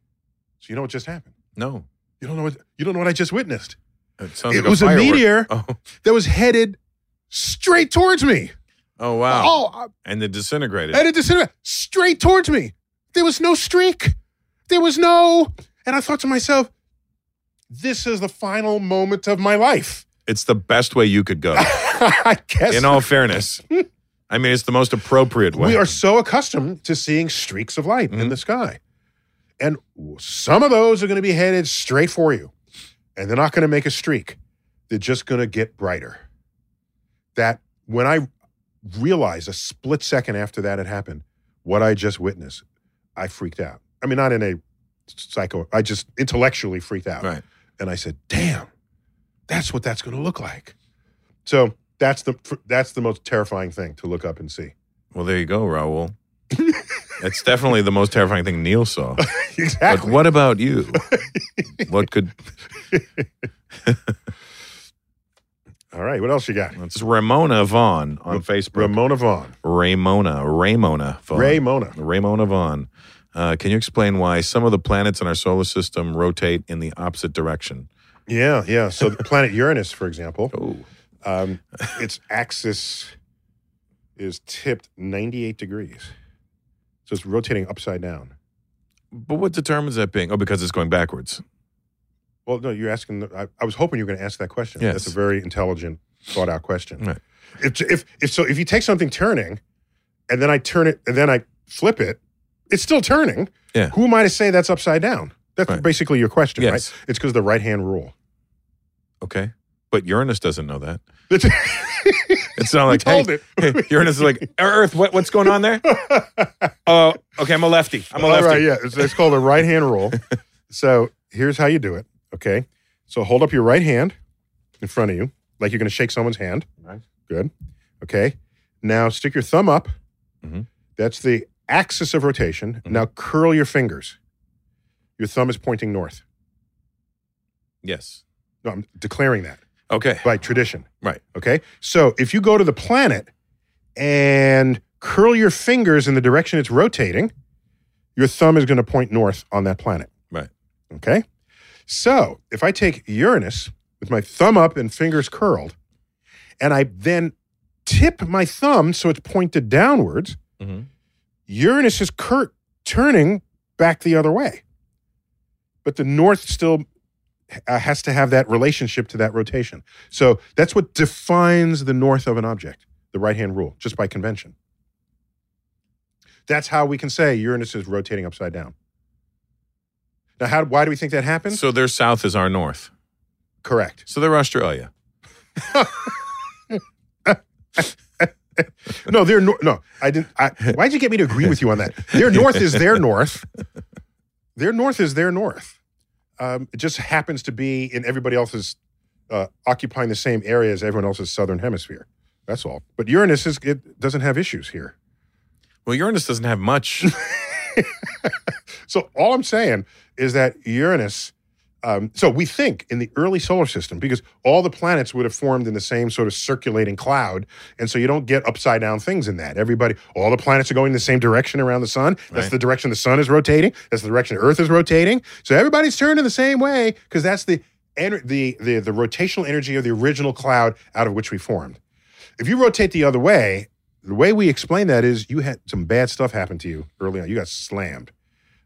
Speaker 2: So you know what just happened?
Speaker 3: No,
Speaker 2: You don't know what you don't know what I just witnessed.
Speaker 3: it sounds.
Speaker 2: It
Speaker 3: like
Speaker 2: was a
Speaker 3: firework.
Speaker 2: meteor.
Speaker 3: Oh,
Speaker 2: That was headed straight towards me.
Speaker 3: oh wow!
Speaker 2: Oh, I-
Speaker 3: And it disintegrated.
Speaker 2: And it disintegrated straight towards me. There was no streak. There was no. And I thought to myself, this is the final moment of my life.
Speaker 3: it's the best way you could go.
Speaker 2: I guess
Speaker 3: in all fairness, I mean, it's the most appropriate way.
Speaker 2: we are so accustomed to seeing streaks of light in
Speaker 3: Mhm.
Speaker 2: the sky. And some of those are going to be headed straight for you. And they're not going to make a streak. They're just going to get brighter. That when I realized a split second after that had happened, what I just witnessed, I freaked out. I mean, not in a psycho, I just intellectually freaked out.
Speaker 3: right.
Speaker 2: And I said, damn, that's what that's going to look like. So that's the, that's the most terrifying thing to look up and see.
Speaker 3: Well, there you go, Raul. That's definitely the most terrifying thing Neil saw. But
Speaker 2: exactly.
Speaker 3: what about you? what could?
Speaker 2: All right, what else you got?
Speaker 3: It's Ramona Vaughn on Facebook.
Speaker 2: Ramona Vaughn.
Speaker 3: Ramona. Ramona Vaughn.
Speaker 2: Raymona.
Speaker 3: Ramona Vaughn. Uh, can you explain why some of the planets in our solar system rotate in the opposite direction?
Speaker 2: Yeah, yeah. So the planet Uranus, for example,
Speaker 3: Oh,
Speaker 2: um, its axis is tipped 98 degrees. So it's rotating upside down.
Speaker 3: but what determines that being? Oh, because it's going backwards.
Speaker 2: Well, no, you're asking. The, I, I was hoping you were going to ask that question.
Speaker 3: Yes.
Speaker 2: That's a very intelligent, thought out question.
Speaker 3: Right.
Speaker 2: If, if, if so, if you take something turning, and then I turn it, and then I flip it, it's still turning.
Speaker 3: Yeah.
Speaker 2: Who am I to say that's upside down? That's
Speaker 3: Right.
Speaker 2: basically your question,
Speaker 3: Yes.
Speaker 2: right? It's because the right hand rule.
Speaker 3: Okay, but Uranus doesn't know that.
Speaker 2: That's,
Speaker 3: It's not like
Speaker 2: told
Speaker 3: hey,
Speaker 2: it.
Speaker 3: hey, Uranus is like Earth. What, what's going on there? Oh, okay. I'm a lefty. I'm a
Speaker 2: All
Speaker 3: lefty.
Speaker 2: right, yeah. It's, it's called a right hand roll. so here's how you do it. Okay. So hold up your right hand in front of you, like you're going to shake someone's hand. Good. Okay. Now stick your thumb up
Speaker 3: Mhm.
Speaker 2: That's the axis of rotation. Now curl your fingers. Your thumb is pointing north.
Speaker 3: Yes.
Speaker 2: No, I'm declaring that
Speaker 3: Okay.
Speaker 2: by tradition.
Speaker 3: Right.
Speaker 2: Okay. So if you go to the planet and curl your fingers in the direction it's rotating, your thumb is going to point north on that planet.
Speaker 3: Right.
Speaker 2: Okay. So if I take Uranus with my thumb up and fingers curled, and I then tip my thumb so it's pointed downwards,
Speaker 3: Mhm.
Speaker 2: Mm-hmm. Uranus is cur- turning back the other way. But the north still uh, has to have that relationship to that rotation. So that's what defines the north of an object, the right hand rule, just by convention. That's how we can say Uranus is rotating upside down. Now, how, why do we think that happens?
Speaker 3: So their south is our north.
Speaker 2: Correct.
Speaker 3: So they're Australia.
Speaker 2: No, they're nor- no. I didn't. I, why'd you get me to agree with you on that? Their north is their north. Their north is their north. Um, it just happens to be in everybody else's uh, occupying the same area as everyone else's southern hemisphere. That's all. But Uranus is it doesn't have issues here.
Speaker 3: Well, Uranus doesn't have much.
Speaker 2: So all I'm saying is that Uranus. Um, so we think in the early solar system, because all the planets would have formed in the same sort of circulating cloud, and so you don't get upside down things in that. Everybody, all the planets are going in the same direction around the sun. That's
Speaker 3: Right.
Speaker 2: the direction the sun is rotating. That's the direction Earth is rotating. So everybody's turning the same way because that's the, ener- the the the rotational energy of the original cloud out of which we formed. If you rotate the other way, the way we explain that is you had some bad stuff happen to you early on. You got slammed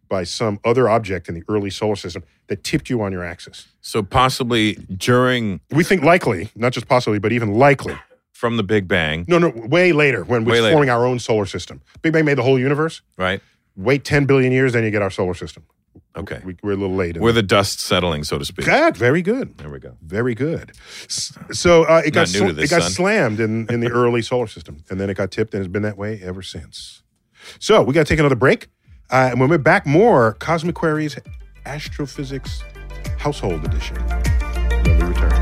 Speaker 2: by some other object in the early solar system that tipped you on your axis.
Speaker 3: so possibly during
Speaker 2: We think likely, not just possibly, but even likely.
Speaker 3: from the Big Bang,
Speaker 2: No, no, way later when
Speaker 3: Way
Speaker 2: we're
Speaker 3: later.
Speaker 2: forming our own solar system. Big Bang made the whole universe.
Speaker 3: right?
Speaker 2: Wait 10 billion years, then you get our solar system.
Speaker 3: Okay.
Speaker 2: We, we're a little late. in
Speaker 3: Where the dust's settling, so to speak.
Speaker 2: God, very good.
Speaker 3: There we go.
Speaker 2: Very good. S- So uh, it got,
Speaker 3: Not new
Speaker 2: sl-
Speaker 3: to this,
Speaker 2: it got
Speaker 3: son.
Speaker 2: slammed in, in the early solar system, and then it got tipped, and it's been that way ever since. So we got to take another break. Uh, and when we're back, more Cosmic Queries Astrophysics Household Edition. When we return.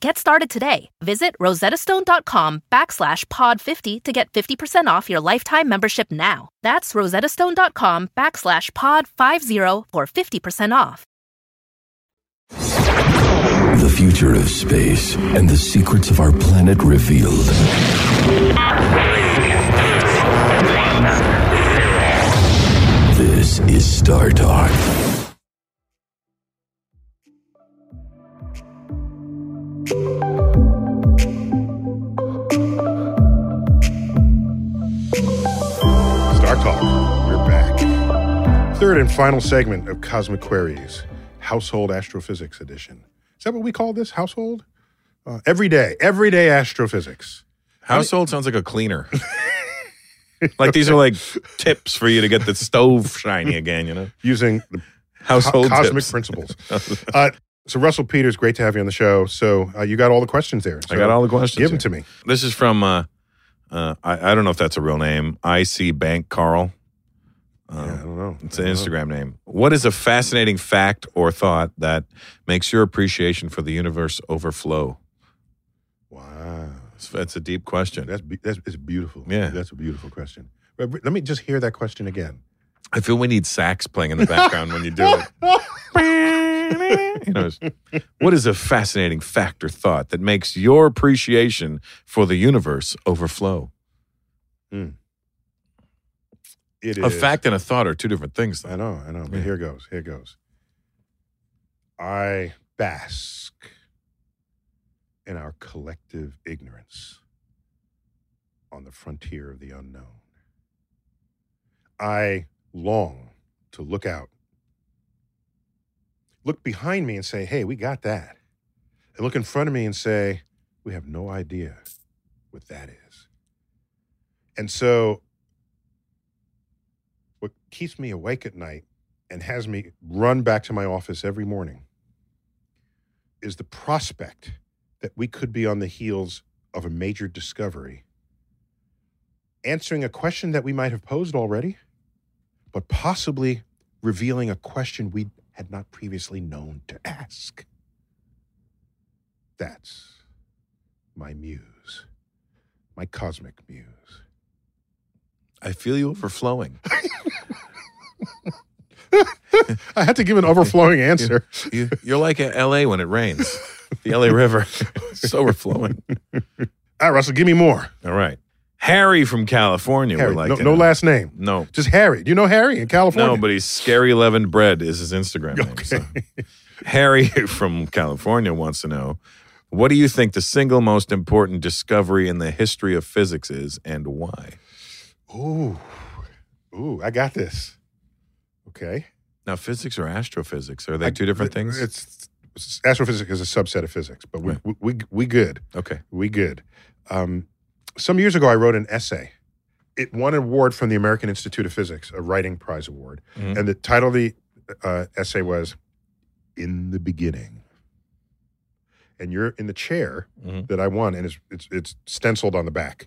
Speaker 1: Get started today. Visit rosettastone.com backslash pod 50 to get 50% off your lifetime membership now. That's rosettastone.com backslash pod 50 for 50% off.
Speaker 5: The future of space and the secrets of our planet revealed. This is Star Talk.
Speaker 2: Star Talk, we're back. Third and final segment of Cosmic Queries, Household Astrophysics Edition. Is that what we call this? Household? Uh, everyday, everyday astrophysics.
Speaker 3: Household sounds like a cleaner. like these are like tips for you to get the stove shiny again, you know?
Speaker 2: Using the
Speaker 3: Household
Speaker 2: Co- cosmic
Speaker 3: tips.
Speaker 2: principles. uh, so Russell Peters, great to have you on the show. So uh, you got all the questions there.
Speaker 3: I got all the questions.
Speaker 2: Give them
Speaker 3: here.
Speaker 2: to me.
Speaker 3: This is from uh, uh I, I don't know if that's a real name. IC Bank Carl. Um,
Speaker 2: yeah, I don't know.
Speaker 3: It's an Instagram name. What is a fascinating fact or thought that makes your appreciation for the universe overflow?
Speaker 2: Wow,
Speaker 3: It's, that's a deep question.
Speaker 2: that's be- that's it's beautiful.
Speaker 3: Yeah.
Speaker 2: that's a beautiful question. But re- Let me just hear that question again.
Speaker 3: I feel we need sax playing in the background when you do it. You know, it's- what is a fascinating fact or thought that makes your appreciation for the universe overflow?
Speaker 2: Hmm. It
Speaker 3: A
Speaker 2: is-
Speaker 3: fact and a thought are two different things.
Speaker 2: I
Speaker 3: Though.
Speaker 2: know, I know. But
Speaker 3: Yeah.
Speaker 2: here goes. Here goes. I bask in our collective ignorance on the frontier of the unknown. I long to look out, look behind me and say, hey, we got that. And look in front of me and say, we have no idea what that is. And so, what keeps me awake at night and has me run back to my office every morning is the prospect that we could be on the heels of a major discovery, answering a question that we might have posed already, but possibly revealing a question we had not previously known to ask. That's my muse, my cosmic muse.
Speaker 3: I feel you overflowing.
Speaker 2: I had to give an overflowing answer.
Speaker 3: You, you're like at LA when it rains. The LA River is overflowing.
Speaker 2: All right, Ah, Russell, give me more.
Speaker 3: All right. Harry from California.
Speaker 2: Harry,
Speaker 3: would like
Speaker 2: no,
Speaker 3: to
Speaker 2: no
Speaker 3: know.
Speaker 2: last name.
Speaker 3: No.
Speaker 2: Just Harry. Do you know Harry in California?
Speaker 3: No, but he's Scary Leavened Bread is his Instagram name. so. Harry from California wants to know what do you think the single most important discovery in the history of physics is and why?
Speaker 2: Ooh, ooh, I got this. Okay.
Speaker 3: Now, physics or astrophysics, are they
Speaker 2: I-
Speaker 3: two different things?
Speaker 2: It's, it's- astrophysics is a subset of physics, but we
Speaker 3: Right.
Speaker 2: we, we we good.
Speaker 3: okay.
Speaker 2: We good. Um, some years ago, I wrote an essay. It won an award from the American Institute of Physics, a writing prize award,
Speaker 3: Mhm.
Speaker 2: and the title of the uh, essay was "In the Beginning." And you're in the chair
Speaker 3: Mhm.
Speaker 2: that I won, and it's it's, it's stenciled on the back.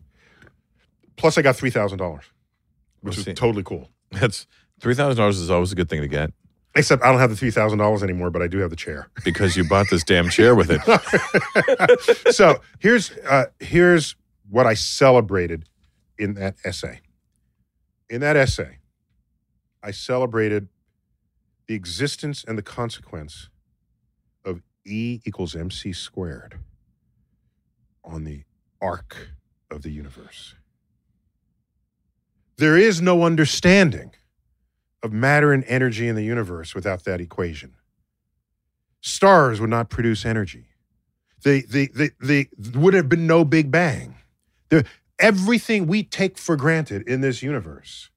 Speaker 2: Plus, I got three thousand dollars, which
Speaker 3: Let's
Speaker 2: was
Speaker 3: see.
Speaker 2: totally cool.
Speaker 3: That's $3,000 is always a good thing to get
Speaker 2: Except I don't have the three thousand dollars anymore, but I do have the chair.
Speaker 3: because you bought this damn chair with it.
Speaker 2: so here's uh, here's what I celebrated in that essay. In that essay, I celebrated the existence and the consequence of E equals mc squared on the arc of the universe. There is no understanding of matter and energy in the universe without that equation. Stars would not produce energy the the the, the would have been no big bang the, everything we take for granted in this universe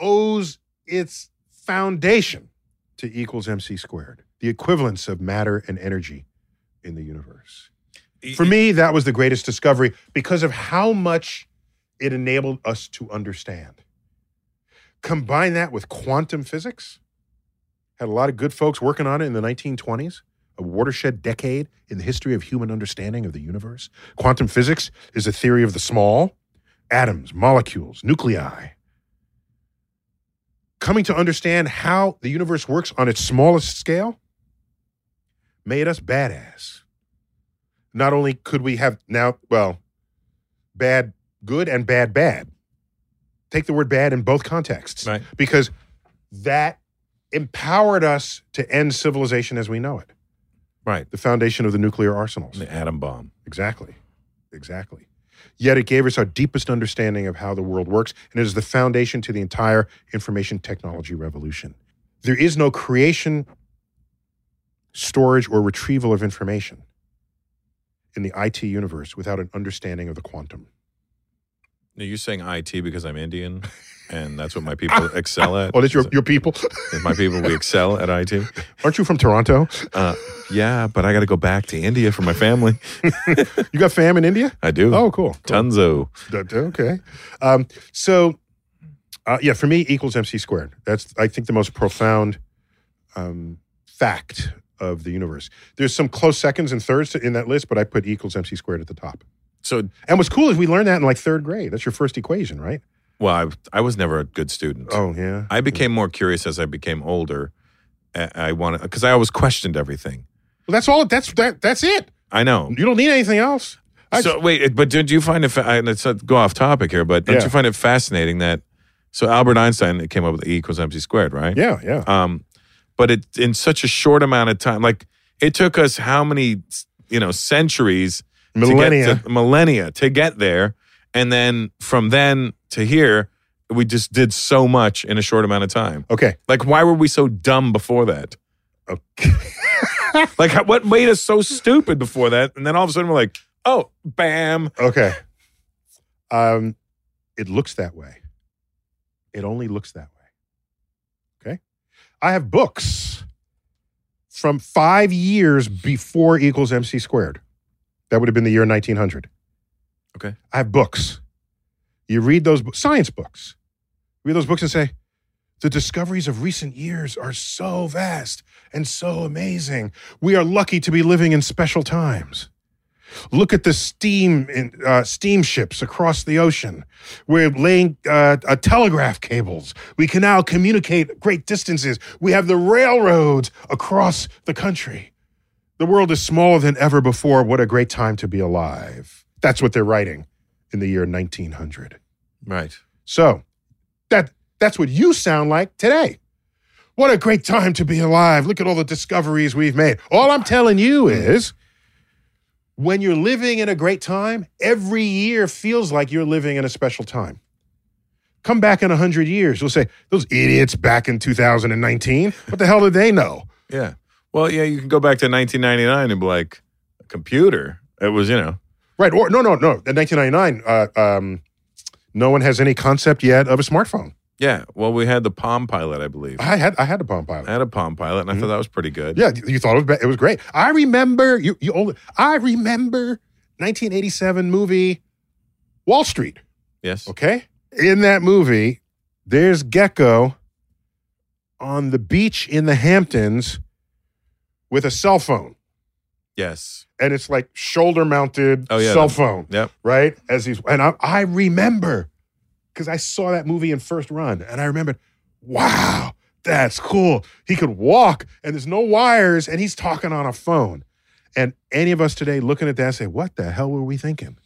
Speaker 2: owes its foundation to E equals mc squared the equivalence of matter and energy in the universe for me that was the greatest discovery because of how much it enabled us to understand combine that with quantum physics had a lot of good folks working on it in the 1920s a watershed decade in the history of human understanding of the universe. Quantum physics is a theory of the small atoms, molecules, nuclei. Coming to understand how the universe works on its smallest scale made us badass. Not only could we have now, well, bad good and bad bad. Take the word bad in both contexts
Speaker 3: Right.
Speaker 2: because that empowered us to end civilization as we know it
Speaker 3: Right.
Speaker 2: the foundation of the nuclear arsenals.
Speaker 3: The atom bomb.
Speaker 2: Exactly. Exactly. Yet it gave us our deepest understanding of how the world works, and it is the foundation to the entire information technology revolution. There is no creation, storage, or retrieval of information in the IT universe without an understanding of the quantum.
Speaker 3: Are you saying IT because I'm Indian and that's what my people excel at?
Speaker 2: Oh, that's your,
Speaker 3: Is it-
Speaker 2: your people.
Speaker 3: is my people, we excel at IT.
Speaker 2: Aren't you from Toronto?
Speaker 3: Uh, yeah, but I got to go back to India for my family.
Speaker 2: You got fam in India?
Speaker 3: I do.
Speaker 2: Oh, cool. cool.
Speaker 3: Tunzo.
Speaker 2: That- okay. Um, so, uh, yeah, for me, equals MC squared. That's, I think, the most profound um, fact of the universe. There's some close seconds and thirds to, in that list, but I put equals MC squared at the top.
Speaker 3: So,
Speaker 2: And what's cool is we learned that in like third grade. That's your first equation, right?
Speaker 3: well, I, I was never a good student.
Speaker 2: Oh, yeah.
Speaker 3: I became more curious as I became older. I, I wanted because I always questioned everything.
Speaker 2: Well, that's all. That's that. That's it.
Speaker 3: I know.
Speaker 2: You don't need anything else. I,
Speaker 3: so wait, but do, do you find it? Fa- I- and it's not go off topic here, but don't
Speaker 2: Yeah.
Speaker 3: you find it fascinating that so Albert Einstein came up with E equals mc squared, right?
Speaker 2: yeah, yeah.
Speaker 3: Um, but it in such a short amount of time, like it took us how many you know centuries, to get
Speaker 2: Millennia.
Speaker 3: to, millennia to get there, and then from then to here, we just did so much in a short amount of time.
Speaker 2: okay.
Speaker 3: Like, why were we so dumb before that?
Speaker 2: Okay.
Speaker 3: Like, how- what made us so stupid before that? And then all of a sudden, we're like, oh, bam.
Speaker 2: Okay. Um, it looks that way. It only looks that way. Okay. I have books from five years before equals MC squared. That would have been the year 1900.
Speaker 3: Okay.
Speaker 2: I have books You read those bo- science books, read those books and say, the discoveries of recent years are so vast and so amazing. We are lucky to be living in special times. Look at the steam in, uh, steamships across the ocean. We're laying uh, uh, telegraph cables. We can now communicate great distances. We have the railroads across the country. The world is smaller than ever before. What a great time to be alive. That's what they're writing in the year 1900.
Speaker 3: Right.
Speaker 2: So that that's what you sound like today. What a great time to be alive. Look at all the discoveries we've made. All I'm telling you is when you're living in a great time, every year feels like you're living in a special time. Come back in 100 years, you'll say, those idiots back in 2019, what the hell did they know?
Speaker 3: Yeah. Well, yeah, you can go back to 1999 and be like, a computer. It was, you know,
Speaker 2: Right. Or no, no, no. In 1999, uh, um, no one has any concept yet of a smartphone.
Speaker 3: yeah. Well, we had the Palm Pilot, I believe.
Speaker 2: I had I had a Palm
Speaker 3: I
Speaker 2: Pilot.
Speaker 3: had a Palm Pilot, and I thought that was pretty good.
Speaker 2: Mm-hmm. Yeah, you thought it was, ba- it was great. I remember you. You only, I remember 1987 movie Wall Street.
Speaker 3: Yes.
Speaker 2: Okay, in that movie, there's Gecko on the beach in the Hamptons with a cell phone,
Speaker 3: Yes.
Speaker 2: and it's like shoulder mounted
Speaker 3: Oh, yeah,
Speaker 2: cell
Speaker 3: the-
Speaker 2: phone.
Speaker 3: Yep.
Speaker 2: right? As he's and I, I remember because I saw that movie in first run, and I remembered, wow, that's cool. He could walk, and there's no wires, and he's talking on a phone. And any of us today looking at that say, what the hell were we thinking?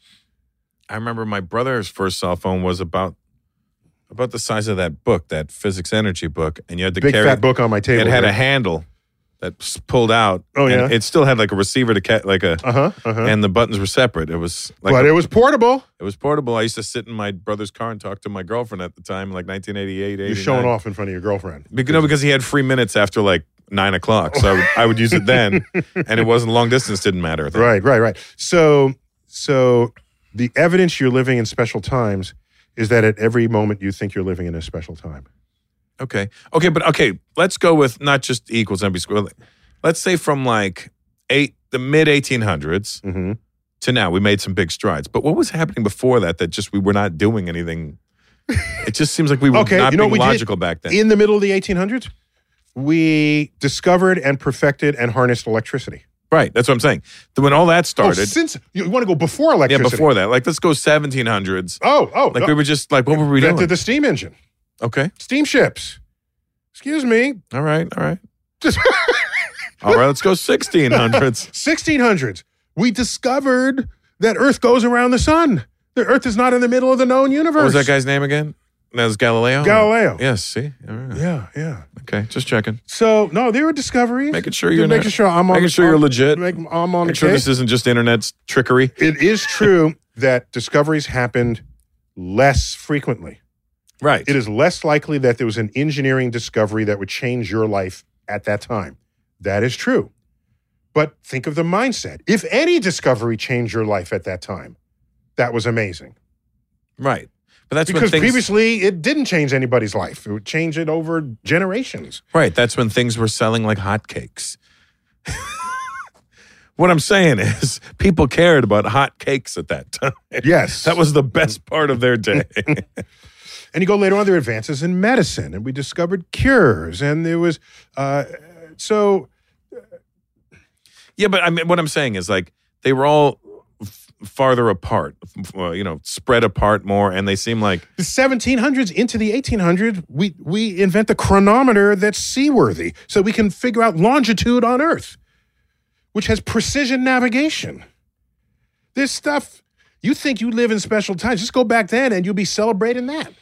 Speaker 3: I remember my brother's first cell phone was about about the size of that book, that physics energy book, and you had to
Speaker 2: Big
Speaker 3: carry
Speaker 2: fat book on my table.
Speaker 3: It had a
Speaker 2: right?
Speaker 3: handle that s- pulled out.
Speaker 2: Oh,
Speaker 3: and
Speaker 2: yeah?
Speaker 3: It still had like a receiver to catch, like a,
Speaker 2: uh-huh, uh-huh.
Speaker 3: and the buttons were separate. It was like
Speaker 2: but
Speaker 3: a-
Speaker 2: it was portable.
Speaker 3: it was portable. I used to sit in my brother's car and talk to my girlfriend at the time, like 1988.
Speaker 2: You're showing off in front of your girlfriend.
Speaker 3: Because, no, because he had free minutes after like nine o'clock, so I would, I would use it then, and it wasn't long distance. Didn't matter. then.
Speaker 2: Right, right, right. So, so the evidence you're living in special times is that at every moment you think you're living in a special time.
Speaker 3: Okay. Okay, but okay, let's go with not just E equals mb squared. Let's say from like eight the mid 1800s
Speaker 2: Mm-hmm.
Speaker 3: to now, we made some big strides. But what was happening before that that just we were not doing anything? It just seems like we were
Speaker 2: Okay,
Speaker 3: not
Speaker 2: you know what
Speaker 3: being
Speaker 2: we did?
Speaker 3: logical back then.
Speaker 2: in the middle of the 1800s, we discovered and perfected and harnessed electricity.
Speaker 3: right. That's what I'm saying. Th- When all that
Speaker 2: Oh,
Speaker 3: started,
Speaker 2: since you want to go before
Speaker 3: yeah,
Speaker 2: electricity?
Speaker 3: before that, like let's go 1700s.
Speaker 2: Oh, oh,
Speaker 3: Like
Speaker 2: no.
Speaker 3: we were just like, what were we
Speaker 2: Invented
Speaker 3: doing?
Speaker 2: the steam engine,
Speaker 3: okay.
Speaker 2: steamships. Excuse me,
Speaker 3: All right. All right. all right. Let's go 1600s.
Speaker 2: 1600s. We discovered that Earth goes around the sun. The Earth is not in the middle of the known universe.
Speaker 3: What was that guy's name again? That was Galileo.
Speaker 2: Galileo.
Speaker 3: Yes. See. All right.
Speaker 2: Oh. Yeah, yeah.
Speaker 3: Okay. Just checking.
Speaker 2: So no, there were discoveries.
Speaker 3: Making sure you're
Speaker 2: making
Speaker 3: not-
Speaker 2: sure I'm on
Speaker 3: making
Speaker 2: the-
Speaker 3: sure you're legit.
Speaker 2: Make, I'm on
Speaker 3: Make
Speaker 2: the
Speaker 3: sure
Speaker 2: case.
Speaker 3: this isn't just internet's trickery.
Speaker 2: it is true that discoveries happened less frequently.
Speaker 3: Right.
Speaker 2: It is less likely that there was an engineering discovery that would change your life at that time. That is true. But think of the mindset. If any discovery changed your life at that time, that was amazing.
Speaker 3: Right. But that's
Speaker 2: because
Speaker 3: when things
Speaker 2: previously it didn't change anybody's life. It would change it over generations.
Speaker 3: Right. That's when things were selling like hotcakes. what I'm saying is people cared about hotcakes at that time.
Speaker 2: Yes.
Speaker 3: That was the best part of their day.
Speaker 2: And you go later on, there are advances in medicine, and we discovered cures, and there was uh, so
Speaker 3: yeah, but I mean what I'm saying is like they were all f- farther apart, f- uh, you know, spread apart more and they seem like
Speaker 2: the 1700s into the 1800s, we we invent the chronometer that's seaworthy, so we can figure out longitude on Earth, which has precision navigation. This stuff, you think you live in special times? Just go back then, and you'll be celebrating that.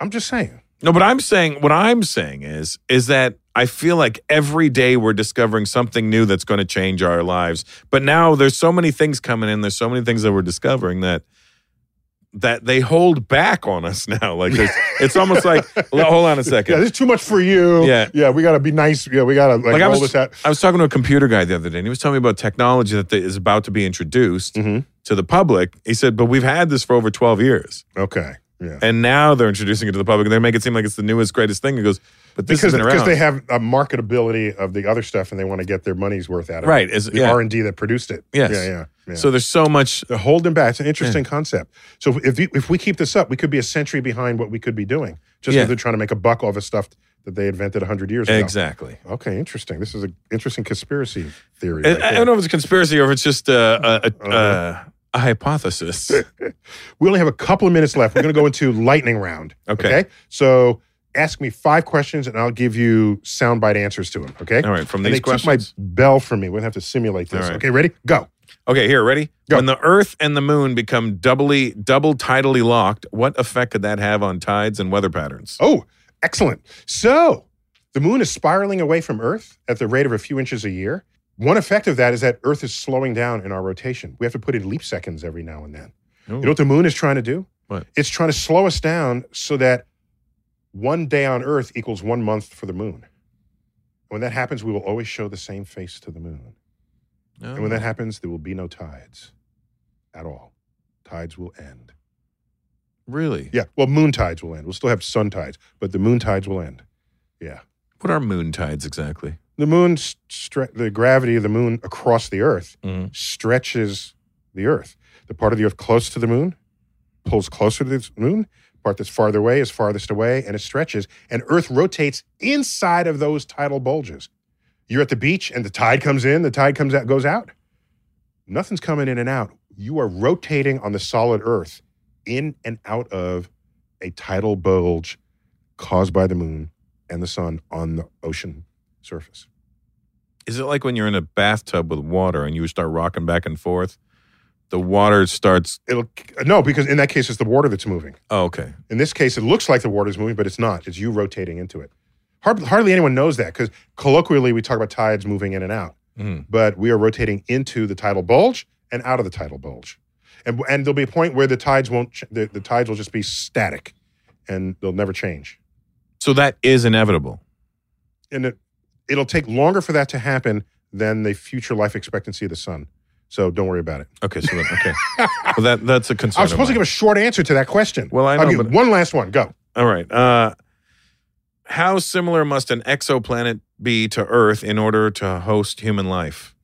Speaker 2: I'm just saying.
Speaker 3: No, but I'm saying what I'm saying is is that I feel like every day we're discovering something new that's going to change our lives. But now there's so many things coming in, there's so many things that we're discovering that that they hold back on us now. Like there's, it's almost like l- hold on a second.
Speaker 2: Yeah, there's too much for you.
Speaker 3: Yeah.
Speaker 2: yeah. We gotta be nice. Yeah, we gotta like,
Speaker 3: Like, I
Speaker 2: roll
Speaker 3: was,
Speaker 2: this out.
Speaker 3: I was talking to a computer guy the other day, and he was telling me about technology that is
Speaker 2: Mm-hmm.
Speaker 3: about to be introduced to the public. He said, "But we've had this for over twelve years."
Speaker 2: Okay. Yeah.
Speaker 3: And now they're introducing it to the public and they make it seem like it's the newest, greatest thing. It goes, but this
Speaker 2: because
Speaker 3: has been
Speaker 2: because
Speaker 3: around.
Speaker 2: they have a marketability of the other stuff and they want to get their money's worth out of
Speaker 3: Right,
Speaker 2: it.
Speaker 3: is-
Speaker 2: the
Speaker 3: yeah.
Speaker 2: R and D that produced it.
Speaker 3: Yes.
Speaker 2: Yeah, yeah. yeah.
Speaker 3: So there's so much.
Speaker 2: They're holding back. It's an interesting concept. So if you- if we keep this up, we could be a century behind what we could be doing. Just
Speaker 3: Yeah.
Speaker 2: as they're trying to make a buck off of stuff that they invented hundred years ago.
Speaker 3: Exactly.
Speaker 2: Okay, interesting. This is an interesting conspiracy theory.
Speaker 3: I-
Speaker 2: right
Speaker 3: I,
Speaker 2: there.
Speaker 3: don't know if it's a conspiracy or if it's just uh, a, a, uh,
Speaker 2: Uh-huh.
Speaker 3: a hypothesis.
Speaker 2: We only have a couple of minutes left. We're going to go into lightning round.
Speaker 3: Okay.
Speaker 2: So ask me five questions, and I'll give you soundbite answers to them. Okay.
Speaker 3: All right, from
Speaker 2: and
Speaker 3: these
Speaker 2: they took
Speaker 3: questions.
Speaker 2: my bell from me. We're going to have to simulate this.
Speaker 3: All right.
Speaker 2: Okay. Ready? Go.
Speaker 3: Okay, here, ready?
Speaker 2: Go.
Speaker 3: When the Earth and the Moon become doubly double tidally locked, what effect could that have on tides and weather patterns?
Speaker 2: Oh, excellent. So the moon is spiraling away from Earth at the rate of a few inches a year. One effect of that is that Earth is slowing down in our rotation. We have to put in leap seconds every now and then. You know what the moon is trying to do?
Speaker 3: What?
Speaker 2: It's trying to slow us down so that one day on Earth equals one month for the moon. When that happens, we will always show the same face to the moon.
Speaker 3: No.
Speaker 2: Oh, And when that happens, there will be no tides at all. Tides will end.
Speaker 3: Oh, really?
Speaker 2: Yeah. Well, moon tides will end. We'll still have sun tides, but the moon tides will end. Yeah.
Speaker 3: What are moon tides exactly?
Speaker 2: The moon, stre- the gravity of the moon across the Earth
Speaker 3: Mhm.
Speaker 2: stretches the Earth. The part of the Earth close to the moon pulls closer to the moon. Part that's farther away is farthest away, and it stretches. And Earth rotates inside of those tidal bulges. You're at the beach, and the tide comes in. The tide comes out, goes out. Nothing's coming in and out. You are rotating on the solid Earth, in and out of a tidal bulge caused by the moon and the sun on the ocean surface.
Speaker 3: Is it like when you're in a bathtub with water and you start rocking back and forth? The water starts.
Speaker 2: It'll no, because in that case it's the water that's moving.
Speaker 3: Oh, okay.
Speaker 2: In this case, it looks like the water is moving, but it's not. It's you rotating into it. Hard, hardly anyone knows that because colloquially we talk about tides moving in and out,
Speaker 3: Mhm.
Speaker 2: but we are rotating into the tidal bulge and out of the tidal bulge, and and there'll be a point where the tides won't. Ch- the, the tides will just be static, and they'll never change.
Speaker 3: So that is inevitable.
Speaker 2: And it, it'll take longer for that to happen than the future life expectancy of the sun. So don't worry about it.
Speaker 3: Okay. So that, okay. well, that that's a concern.
Speaker 2: I was supposed to give a short answer to that question.
Speaker 3: Well, I
Speaker 2: I'll
Speaker 3: know,
Speaker 2: give
Speaker 3: but-
Speaker 2: one last one. Go.
Speaker 3: All right. Uh, how similar must an exoplanet be to Earth in order to host human life?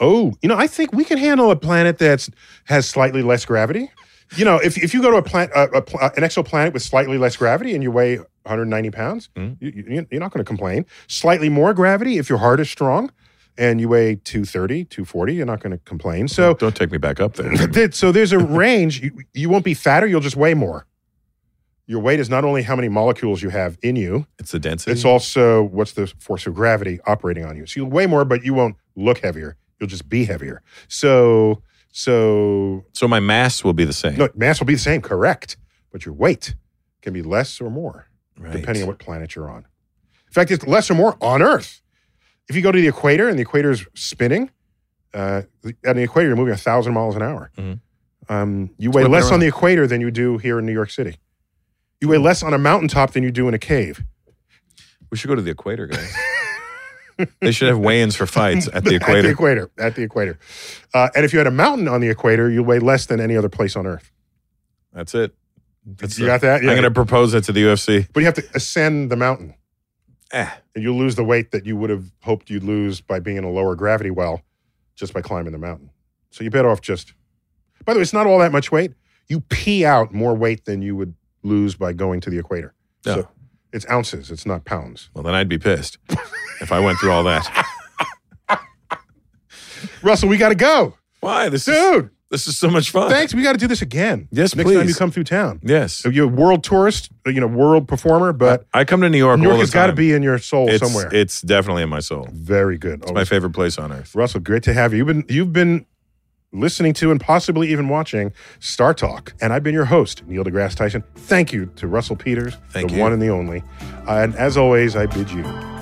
Speaker 2: Oh, you know, I think we can handle a planet that's has slightly less gravity. You know, if, if you go to a planet, a, a, pl- an exoplanet with slightly less gravity and you weigh 190 pounds,
Speaker 3: Mm.
Speaker 2: you, you, you're not going to complain. Slightly more gravity if your heart is strong and you weigh 230, 240, you're not going to complain. So,
Speaker 3: don't take me back up there.
Speaker 2: th- so there's a range. You, you won't be fatter, you'll just weigh more. Your weight is not only how many molecules you have in you,
Speaker 3: It's the density.
Speaker 2: it's also what's the force of gravity operating on you. So you'll weigh more, but you won't look heavier. You'll just be heavier. So, so
Speaker 3: so my mass will be the same.
Speaker 2: no, mass will be the same, correct? But your weight can be less or more
Speaker 3: Right.
Speaker 2: depending on what planet you're on. In fact, it's less or more on Earth. If you go to the equator and the equator is spinning, uh, the- at the equator you're moving a thousand miles an hour.
Speaker 3: Mhm.
Speaker 2: Um, you
Speaker 3: what
Speaker 2: weigh
Speaker 3: I've been
Speaker 2: less on
Speaker 3: around.
Speaker 2: the equator than you do here in New York City. You weigh less on a mountaintop than you do in a cave.
Speaker 3: We should go to the equator, guys. they should have weigh-ins for fights at the
Speaker 2: At the
Speaker 3: equator.
Speaker 2: equator. At the equator. Uh, and if you had a mountain on the equator, you weigh less than any other place on Earth.
Speaker 3: That's it. That's
Speaker 2: You
Speaker 3: the-
Speaker 2: got that? Yeah.
Speaker 3: I'm going to propose that to the UFC.
Speaker 2: But you have to ascend the mountain,
Speaker 3: Eh,
Speaker 2: and you'll lose the weight that you would have hoped you'd lose by being in a lower gravity well, just by climbing the mountain. So you're better off just. By the way, it's not all that much weight. You pee out more weight than you would lose by going to the equator.
Speaker 3: No.
Speaker 2: So it's ounces. It's not pounds.
Speaker 3: well, then I'd be pissed if I went through all that.
Speaker 2: Russell, we got to go,
Speaker 3: Why? This is
Speaker 2: dude.
Speaker 3: this is so much fun.
Speaker 2: Thanks. We got to do this again.
Speaker 3: Yes,
Speaker 2: Next time
Speaker 3: please.
Speaker 2: you come through town.
Speaker 3: Yes.
Speaker 2: So you're a world tourist, you know, world performer, but
Speaker 3: I come to New York.
Speaker 2: New York
Speaker 3: all the
Speaker 2: has got to
Speaker 3: time.
Speaker 2: be in your soul
Speaker 3: it's,
Speaker 2: somewhere.
Speaker 3: It's definitely in my soul.
Speaker 2: Very good.
Speaker 3: It's my
Speaker 2: Always.
Speaker 3: favorite place on earth.
Speaker 2: Russell, great to have you. You've been you've been listening to and possibly even watching Star Talk, and I've been your host, Neil deGrasse Tyson. Thank you to Russell Peters,
Speaker 3: Thank
Speaker 2: the
Speaker 3: you.
Speaker 2: one and the only. Uh, and as always, I bid you